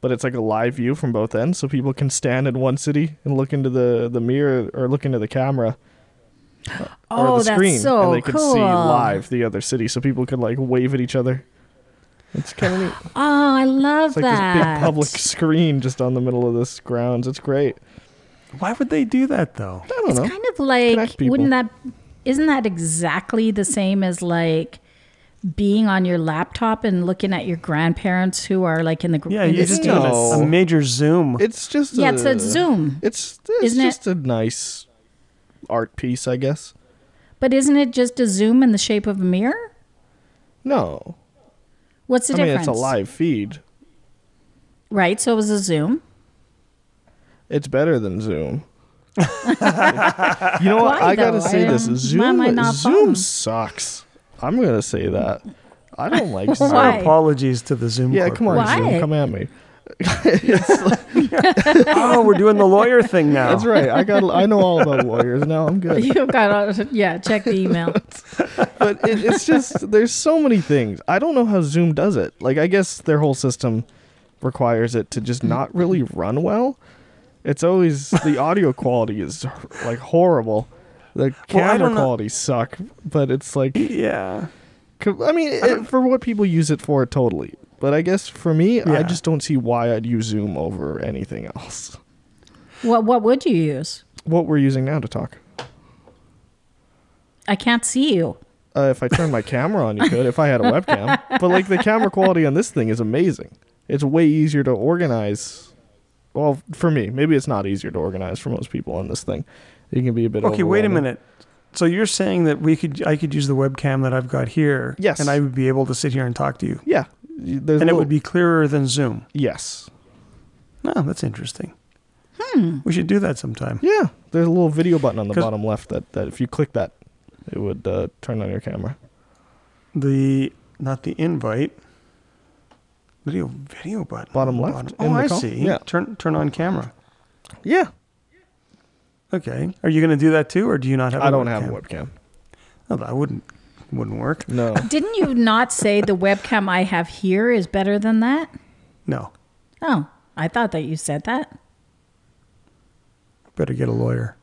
S3: but it's like a live view from both ends so people can stand in one city and look into the the mirror or look into the camera
S1: oh,
S3: or the
S1: that's
S3: screen
S1: so
S3: and they
S1: cool.
S3: can see live the other city so people could like wave at each other it's kind of neat
S1: Oh, I love
S3: it's like
S1: that.
S3: this big public screen just on the middle of this grounds. It's great.
S2: Why would they do that though?
S3: I don't
S1: It's
S3: know.
S1: kind of like
S3: Connect people.
S1: wouldn't that isn't that exactly the same as like being on your laptop and looking at your grandparents who are like in the gr-
S2: Yeah,
S1: in
S2: you're
S1: the
S2: just
S1: States?
S2: doing
S3: No.
S2: a, a major zoom.
S3: it's just
S1: yeah,
S3: a,
S1: it's a Zoom.
S3: It's, it's
S1: Isn't it?
S3: just a nice art piece, I guess.
S1: But isn't it just a Zoom in the shape of a mirror?
S3: No,
S1: What's the
S3: I mean
S1: difference?
S3: it's a live feed.
S1: Right, so it was a Zoom.
S3: It's better than Zoom. you know what?
S1: Why,
S3: I gotta
S1: though?
S3: say
S1: I
S3: this:
S1: don't- why am I
S3: Zoom,
S1: not
S3: Zoom
S1: following?
S3: sucks. I'm gonna say that. I don't like Zoom.
S2: Our
S1: Why?
S2: apologies to the Zoom.
S3: Yeah, come on,
S1: Why?
S3: Zoom, come at me.
S2: corporation. oh, we're doing the lawyer thing now.
S3: That's right. I got. I know all about lawyers now. I'm good.
S1: You've got to, yeah, check the email.
S3: but it, it's just there's so many things. I don't know how Zoom does it. Like I guess their whole system requires it to just not really run well. It's always the audio quality is like horrible. The
S2: Well, I
S3: camera
S2: don't know-
S3: quality suck, but it's like
S2: Yeah.
S3: co- I mean it, for what people use it for totally. But I guess for me,
S2: Yeah.
S3: I just don't see why I'd use Zoom over anything else.
S1: What what would you use?
S3: What we're using now to talk.
S1: I can't see you.
S3: Uh, if I turned my camera on, you could. If I had a webcam, but like the camera quality on this thing is amazing. It's way easier to organize. Well, for me, maybe it's not easier to organize for most people on this thing. It can be a bit.
S2: Okay, wait a
S3: overwhelming.
S2: minute. So you're saying that we could I could use the webcam that I've got here
S3: Yes.
S2: and I would be able to sit here and talk to you.
S3: Yeah, y- there's
S2: and it
S3: little-
S2: would be clearer than Zoom.
S3: yes.
S2: Oh, that's interesting.
S3: Hmm.
S2: We should do that sometime.
S3: Yeah, there's a little video button on the
S2: 'Cause-
S3: bottom left that, that if you click that, it would uh, turn on your camera.
S2: The not the invite. Video video button.
S3: Bottom left
S2: Oh,
S3: in the
S2: I
S3: call?
S2: see.
S3: Yeah.
S2: Turn turn on camera.
S3: Yeah,
S2: Okay. Are you going to do that too, or do you not have? I
S3: I don't have a webcam.
S2: Oh, that wouldn't wouldn't work.
S3: No,
S1: Didn't you not say the webcam I have here is better than that?
S2: No.
S1: Oh, I thought that you said that.
S2: Better get a lawyer.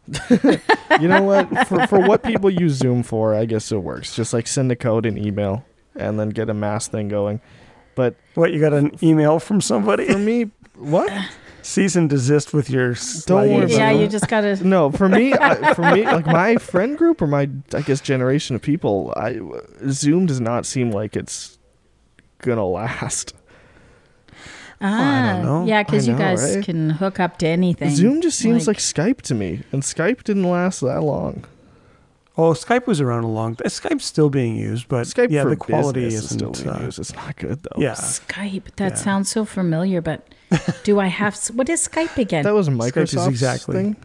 S3: you know what? For for what people use Zoom for, I guess it works. Just like send a code and email, and then get a mass thing going. But
S2: What you got an email from
S3: for
S2: somebody?
S3: me, what?
S2: Cease and desist with your.
S3: Don't worry
S2: sliding-
S1: Yeah,
S3: about
S1: you
S3: it.
S1: just got to
S3: No, for me, I, for me, like my friend group or my, I guess, generation of people, I Zoom does not seem like it's gonna last.
S1: Ah,
S2: don't know.
S1: yeah, because
S3: I
S1: you
S3: know,
S1: guys
S3: right?
S1: can hook up to anything.
S3: Zoom just seems like, Skype to me, and Skype didn't last that long.
S2: Oh, Skype was around a long. time. Skype's still being used, but
S3: Skype
S2: yeah,
S3: for
S2: the quality
S3: business is
S2: isn't.
S3: still being
S2: uh,
S3: used. It's not good though.
S2: Yeah,
S1: Skype. That
S2: Yeah.
S1: sounds so familiar, but do I have s- what is Skype again?
S3: that was a
S2: Skype is
S3: Microsoft
S2: exactly-
S3: thing.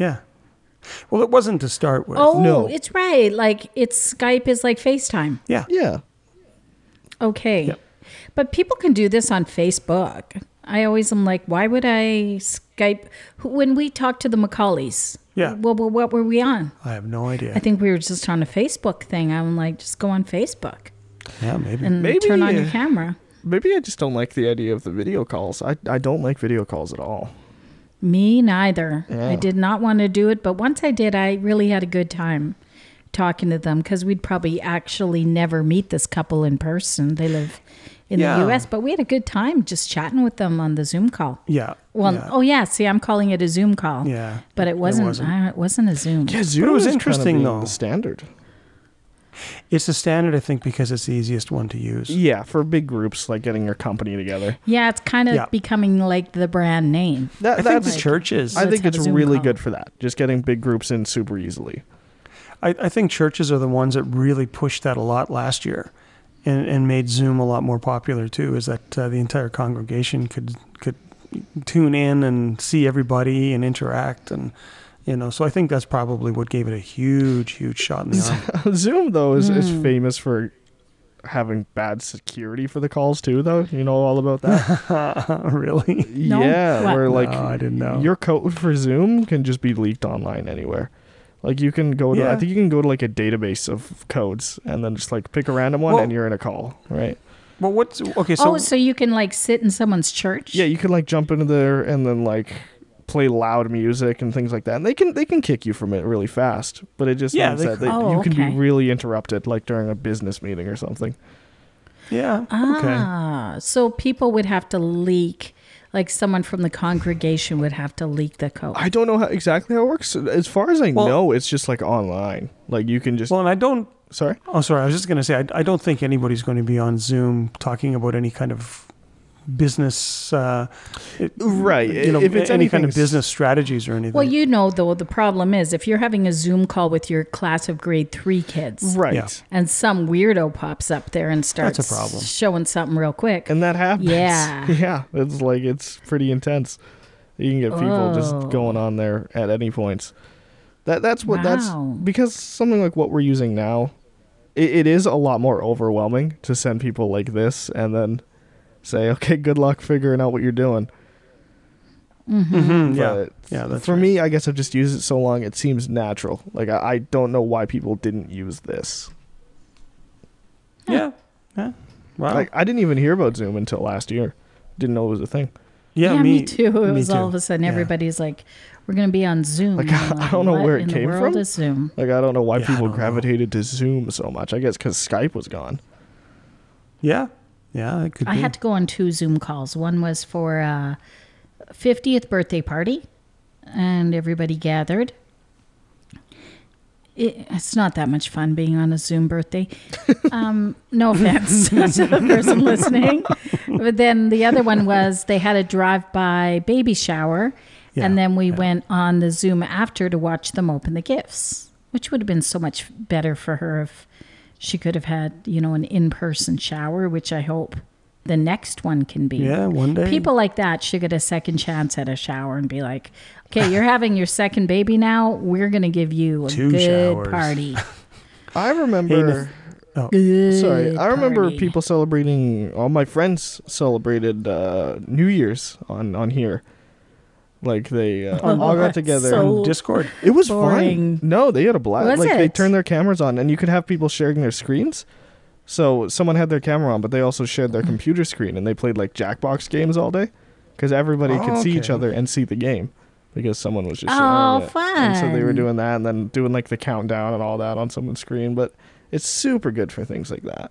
S2: yeah. Well, it wasn't to start with.
S1: oh,
S3: no.
S1: it's right. Like it's Skype is like FaceTime.
S2: yeah.
S3: Yeah,
S1: Okay,
S2: Yep.
S1: but people can do this on Facebook. I always am like, why would I Skype? Who- When we talked to the Macaulays,
S2: Yeah.
S1: well, well, what were we on?
S2: I have no idea.
S1: I think we were just on a Facebook thing. I'm like, just go on Facebook
S2: yeah, maybe.
S1: and
S3: Maybe,
S1: turn on your
S3: uh,
S1: camera.
S3: maybe I just don't like the idea of the video calls. I I don't like video calls at all.
S1: Me neither. I
S3: Yeah.
S1: did not want to do it, but once I did, I really had a good time talking to them because we'd probably actually never meet this couple in person. They live in
S2: Yeah.
S1: the US, but we had a good time just chatting with them on the Zoom call.
S2: yeah.
S1: Well,
S2: yeah.
S1: oh yeah, see, I'm calling it a Zoom call.
S2: Yeah.
S1: But it wasn't, I- it wasn't, a Zoom.
S3: Yeah, Zoom
S2: was
S3: is kinda
S2: interesting,
S3: being
S2: though.
S3: The standard.
S2: It's the standard, I think, because it's the easiest one to use.
S3: Yeah, for big groups like getting your company together.
S1: Yeah, it's kind of
S2: Yeah.
S1: becoming like the brand name.
S2: I
S3: That,
S2: think
S3: that's
S2: the
S1: like-
S2: churches.
S3: I
S1: Let's
S3: think
S1: have
S3: it's
S1: a Zoom
S3: really
S1: call.
S3: good for that. Just getting big groups in super easily.
S2: I, I think churches are the ones that really pushed that a lot last year, and, and made Zoom a lot more popular too. Is that uh, the entire congregation could could tune in and see everybody and interact and you know. So I think that's probably what gave it a huge, huge shot in the arm.
S3: Zoom though is,
S1: Hmm.
S3: is famous for having bad security for the calls too though. You know all about that?
S2: really?
S1: No?
S3: Yeah,
S1: What?
S3: where like
S2: No, I didn't know.
S3: your code for Zoom can just be leaked online anywhere. Like you can go to I
S2: Yeah.
S3: think you can go to like a database of codes and then just like pick a random one
S2: Well-
S3: and you're in a call, right?
S2: Well, what's okay? So
S1: oh, so you can like sit in someone's church?
S3: Yeah, you can like jump into there and then like play loud music and things like that. And they can they can kick you from it really fast, but it just
S2: Yeah,
S3: means
S2: they
S3: that
S2: could.
S3: they,
S1: Oh,
S3: you can
S1: okay.
S3: be really interrupted like during a business meeting or something.
S2: yeah, okay.
S1: Ah, so people would have to leak, like someone from the congregation would have to leak the code.
S3: I don't know how, exactly how it works. As far as I
S2: Well-
S3: know, it's just like online. Like you can just
S2: Well, and I don't
S3: sorry.
S2: Oh, sorry. I was just going to say, I, I don't think anybody's going to be on Zoom talking about any kind of business, uh, it-
S3: Right,
S2: You know,
S3: if it's
S2: any kind of
S3: anything-
S2: business strategies or anything.
S1: well, you know, though, the problem is if you're having a Zoom call with your class of grade three kids
S3: Right.
S2: Yeah.
S1: and some weirdo pops up there and starts
S2: That's a problem.
S1: showing something real quick.
S3: And that happens.
S1: Yeah.
S3: yeah. It's like it's pretty intense. You can get people
S1: Oh.
S3: just going on there at any points. That that's what
S1: Wow.
S3: that's because something like what we're using now, it, it is a lot more overwhelming to send people like this and then say, okay, good luck figuring out what you're doing.
S1: Mm-hmm.
S2: Mhm, yeah,
S3: But
S2: yeah. That's
S3: for
S2: right.
S3: me, I guess I've just used it so long, it seems natural. Like I, I don't know why people didn't use this.
S2: Yeah, yeah. Wow.
S3: Like I didn't even hear about Zoom until last year. Didn't know it was a thing.
S2: yeah,
S1: me, too. It was all of a sudden
S2: Yeah.
S1: everybody's like, "We're going to be on Zoom."
S3: Like,
S1: And I'm
S3: I don't know
S1: "What
S3: where it
S1: in the
S3: came
S1: world
S3: from."
S1: Is Zoom.
S3: Like I don't know why
S2: Yeah, I
S3: people
S2: don't know.
S3: gravitated to Zoom so much. I guess because Skype was gone.
S2: Yeah, yeah. It could
S1: I
S2: be.
S1: had to go on two Zoom calls. One was for a 50th birthday party, and everybody gathered. It, it's not that much fun being on a Zoom birthday. Um, no offense to the person listening. But then the other one was they had a drive by baby shower, and
S2: Yeah,
S1: then we
S2: yeah.
S1: went on the Zoom after to watch them open the gifts, which would have been so much better for her if she could have had, you know, an in person shower, which I hope the next one can be.
S2: yeah, one day.
S1: People like that should get a second chance at a shower and be like, okay, you're having your second baby now. We're going to give you a
S2: Two
S1: good
S2: showers.
S1: party.
S3: I remember.
S1: Good
S3: sorry, I remember
S1: party.
S3: people celebrating. All my friends celebrated uh, New Year's on on here. Like they uh,
S1: Oh,
S3: all got
S1: that's
S3: together.
S1: so-
S2: Discord.
S3: it was
S1: boring.
S3: fun. No, they had a blast.
S1: Was
S3: like they
S1: it?
S3: turned their cameras on, and you could have people sharing their screens. So someone had their camera on, but they also shared their computer screen, and they played like Jackbox games all day because everybody could
S2: Oh,
S3: see each
S2: okay.
S3: other and see the game because someone was just
S1: Oh,
S3: sharing it. And so they were
S1: fun.
S3: doing that, and then doing like the countdown and all that on someone's screen. But it's super good for things like that.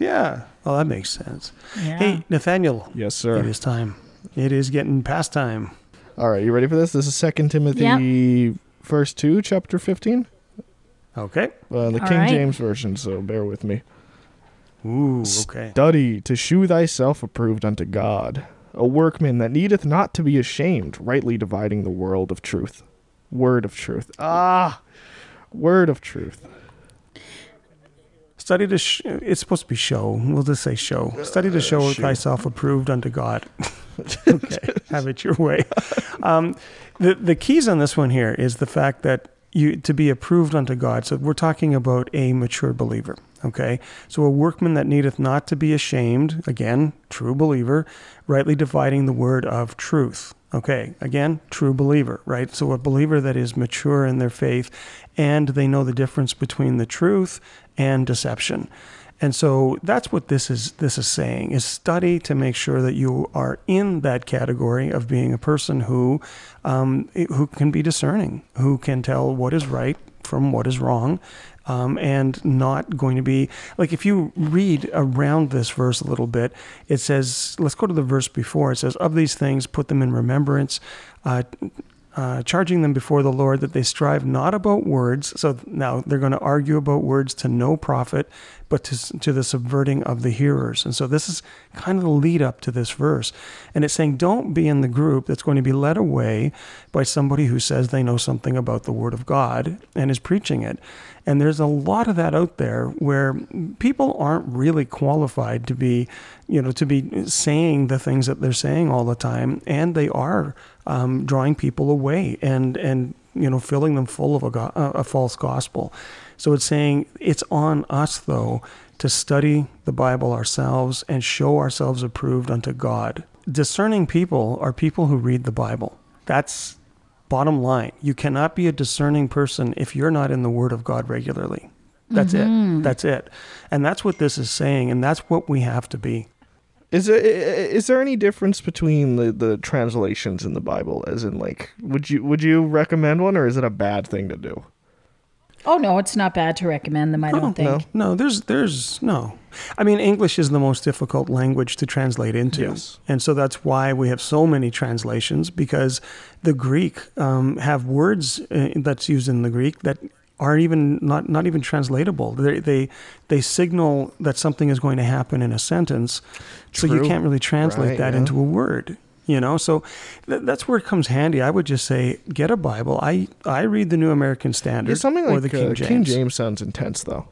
S2: Yeah. Well, that makes sense.
S1: Yeah.
S2: Hey, Nathaniel.
S3: Yes,
S2: It
S3: sir.
S2: is time. It is getting past time.
S3: All right, you ready for this? This is Second Timothy, verse two, chapter fifteen,
S2: Okay.
S3: uh, the
S1: All
S3: King
S1: right.
S3: James version. So bear with me.
S2: Ooh. Okay.
S3: Study to shew thyself approved unto God, a workman that needeth not to be ashamed, rightly dividing the world of truth. Word of truth. Ah, word of truth.
S2: Study to sh- it's supposed to be show. We'll just say show. Study to show
S3: shoot.
S2: thyself approved unto God. okay, have it your way. Um, the the keys on this one here is the fact that you to be approved unto God. So we're talking about a mature believer. Okay, so a workman that needeth not to be ashamed. Again, true believer, rightly dividing the word of truth. Okay, again, true believer, right? So a believer that is mature in their faith and they know the difference between the truth and deception. And so that's what this is this is saying is study to make sure that you are in that category of being a person who um, who can be discerning, who can tell what is right from what is wrong, um, and not going to be like if you read around this verse a little bit, it says let's go to the verse before it says of these things put them in remembrance. Uh, uh, charging them before the Lord that they strive not about words. So th- now they're going to argue about words to no profit, but to, s- to the subverting of the hearers. And so this is kind of the lead up to this verse. And it's saying, don't be in the group that's going to be led away by somebody who says they know something about the Word of God and is preaching it. And there's a lot of that out there where people aren't really qualified to be, you know, to be saying the things that they're saying all the time, and they are um, drawing people away and and you know filling them full of a, go- uh, a false gospel. So it's saying it's on us though to study the Bible ourselves and show ourselves approved unto God. Discerning people are people who read the Bible. That's Bottom line, you cannot be a discerning person if you're not in the Word of God regularly. That's it. That's it. And that's what this is saying, and that's what we have to be.
S3: Is there i- i- is there any difference between the, the translations in the Bible? As in, like, would you would you recommend one, or is it a bad thing to do?
S1: Oh no, it's not bad to recommend them. I don't think.
S3: no.
S2: Oh, No, there's there's no. I mean, English is the most difficult language to translate into,
S3: Yes.
S2: and so that's why we have so many translations because the Greek um, have words uh, that's used in the Greek that are even not not even translatable. They they they signal that something is going to happen in a sentence, so you
S3: True.
S2: can't really translate
S3: Right,
S2: that
S3: yeah.
S2: into a word. You know, so th- that's where it comes handy. I would just say get a Bible. I I read the New American Standard
S3: It's something
S2: or
S3: like
S2: the King
S3: uh,
S2: James.
S3: King James sounds intense, though.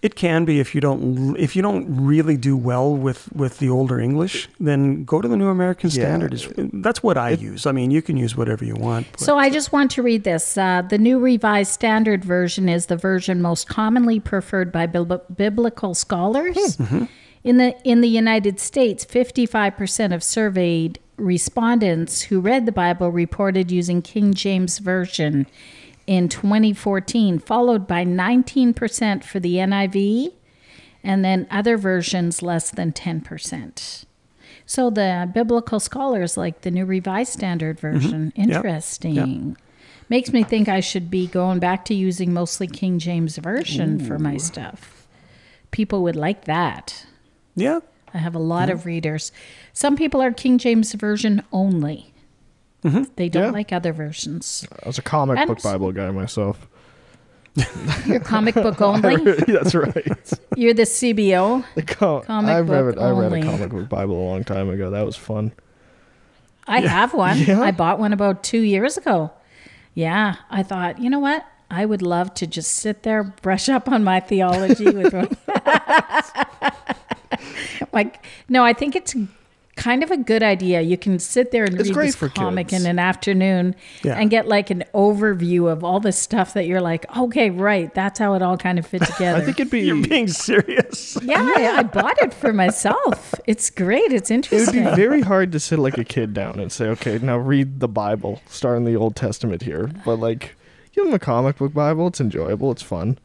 S2: It can be if you don't if you don't really do well with with the older English, then go to the New American
S3: Yeah.
S2: Standard. Is that's what I use. I mean, you can use whatever you want. but-
S1: So I just want to read this. Uh, the New Revised Standard Version is the version most commonly preferred by bibl- biblical scholars. In the in the United States, 55% of surveyed respondents who read the Bible reported using King James Version in 2014, followed by 19% for the NIV, and then other versions less than 10%. So the biblical scholars like the New Revised Standard Version. Interesting. Makes me think I should be going back to using mostly King James Version for my stuff. People would like that.
S2: yeah,
S1: I have a lot of readers. Some people are King James Version only. They don't
S3: Yeah.
S1: like other versions.
S3: I was a comic
S1: And-
S3: book Bible guy myself.
S1: You're comic book only.
S3: That's right.
S1: You're the CBO.
S3: The com-
S1: Comic
S3: I read
S1: book
S3: I read
S1: only.
S3: a comic book Bible a long time ago. That was fun.
S1: I have one.
S3: Yeah?
S1: I bought one about two years ago. Yeah. I thought, you know what? I would love to just sit there, brush up on my theology with one. like, no, I think it's kind of a good idea. You can sit there and
S3: It's
S1: read
S3: great
S1: this
S3: for
S1: comic
S3: kids.
S1: in an afternoon
S2: Yeah.
S1: and get like an overview of all the stuff that you're like, okay, right, that's how it all kind of fit together.
S3: I think it'd be
S2: you're being serious.
S1: yeah, I, I bought it for myself. It's great. It's
S3: it would
S1: interesting.
S3: be very hard to sit like a kid down and say, okay, now read the Bible, starting the Old Testament here. But like, give them a comic book Bible. It's enjoyable. It's fun.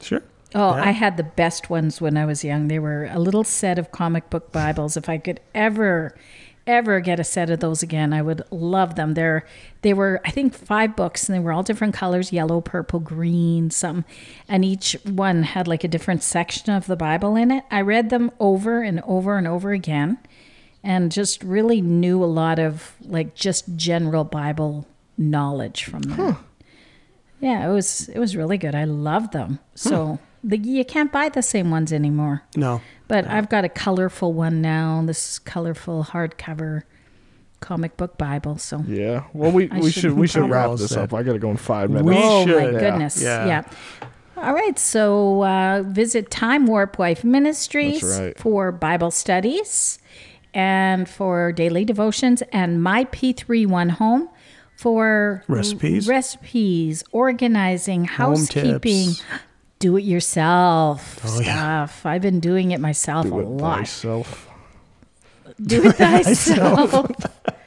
S2: Sure.
S1: Oh,
S2: Yeah.
S1: I had the best ones when I was young. They were a little set of comic book Bibles. If I could ever, ever get a set of those again, I would love them. They're, they were, I think, five books, and they were all different colors yellow, purple, green, some. And each one had like a different section of the Bible in it. I read them over and over and over again and just really knew a lot of like just general Bible knowledge from them. Yeah, it was it was really good. I love them. So the, you can't buy the same ones anymore.
S2: No.
S1: But I've got a colorful one now. This is colorful hardcover comic book Bible. So
S3: Yeah. Well, we,
S1: I
S3: we
S1: should
S3: should we should
S2: probably-
S3: wrap
S2: Well
S3: this
S2: said.
S3: up. I gotta go in five
S2: We
S3: minutes.
S1: oh
S2: should.
S1: my
S2: Yeah.
S1: goodness,
S2: Yeah.
S1: yeah. All right, so uh, visit Time Warp Wife Ministries
S3: That's right.
S1: for Bible studies and for daily devotions and my P31 home for
S2: Recipes.
S1: recipes, organizing,
S2: tips.
S1: housekeeping, do it yourself
S2: Oh, yeah.
S1: stuff. I've been doing it myself a
S3: Do it
S1: lot.
S3: thyself.
S1: Do it thyself.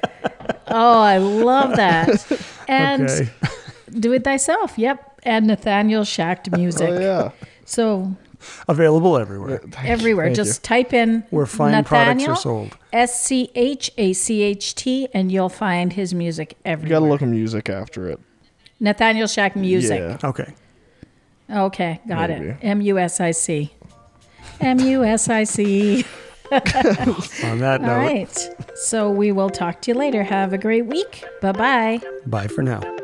S1: oh, I love that. And
S2: okay.
S1: do it thyself. Yep. And Nathaniel Schacht music.
S3: Oh yeah.
S1: So
S2: Available everywhere.
S3: Thank you,
S1: everywhere,
S3: thank you.
S1: just type in
S2: Where fine products are sold.
S1: S C H A C H T, and you'll find his music
S3: you
S1: everywhere.
S3: gotta look at music after it.
S1: Nathaniel Schack music.
S3: Yeah.
S2: Okay.
S1: Okay, got
S3: Maybe.
S1: it. M U S I C. M U S I C.
S2: On that
S1: All
S2: note,
S1: right. So we will talk to you later. Have a great week. Bye bye.
S2: bye for now.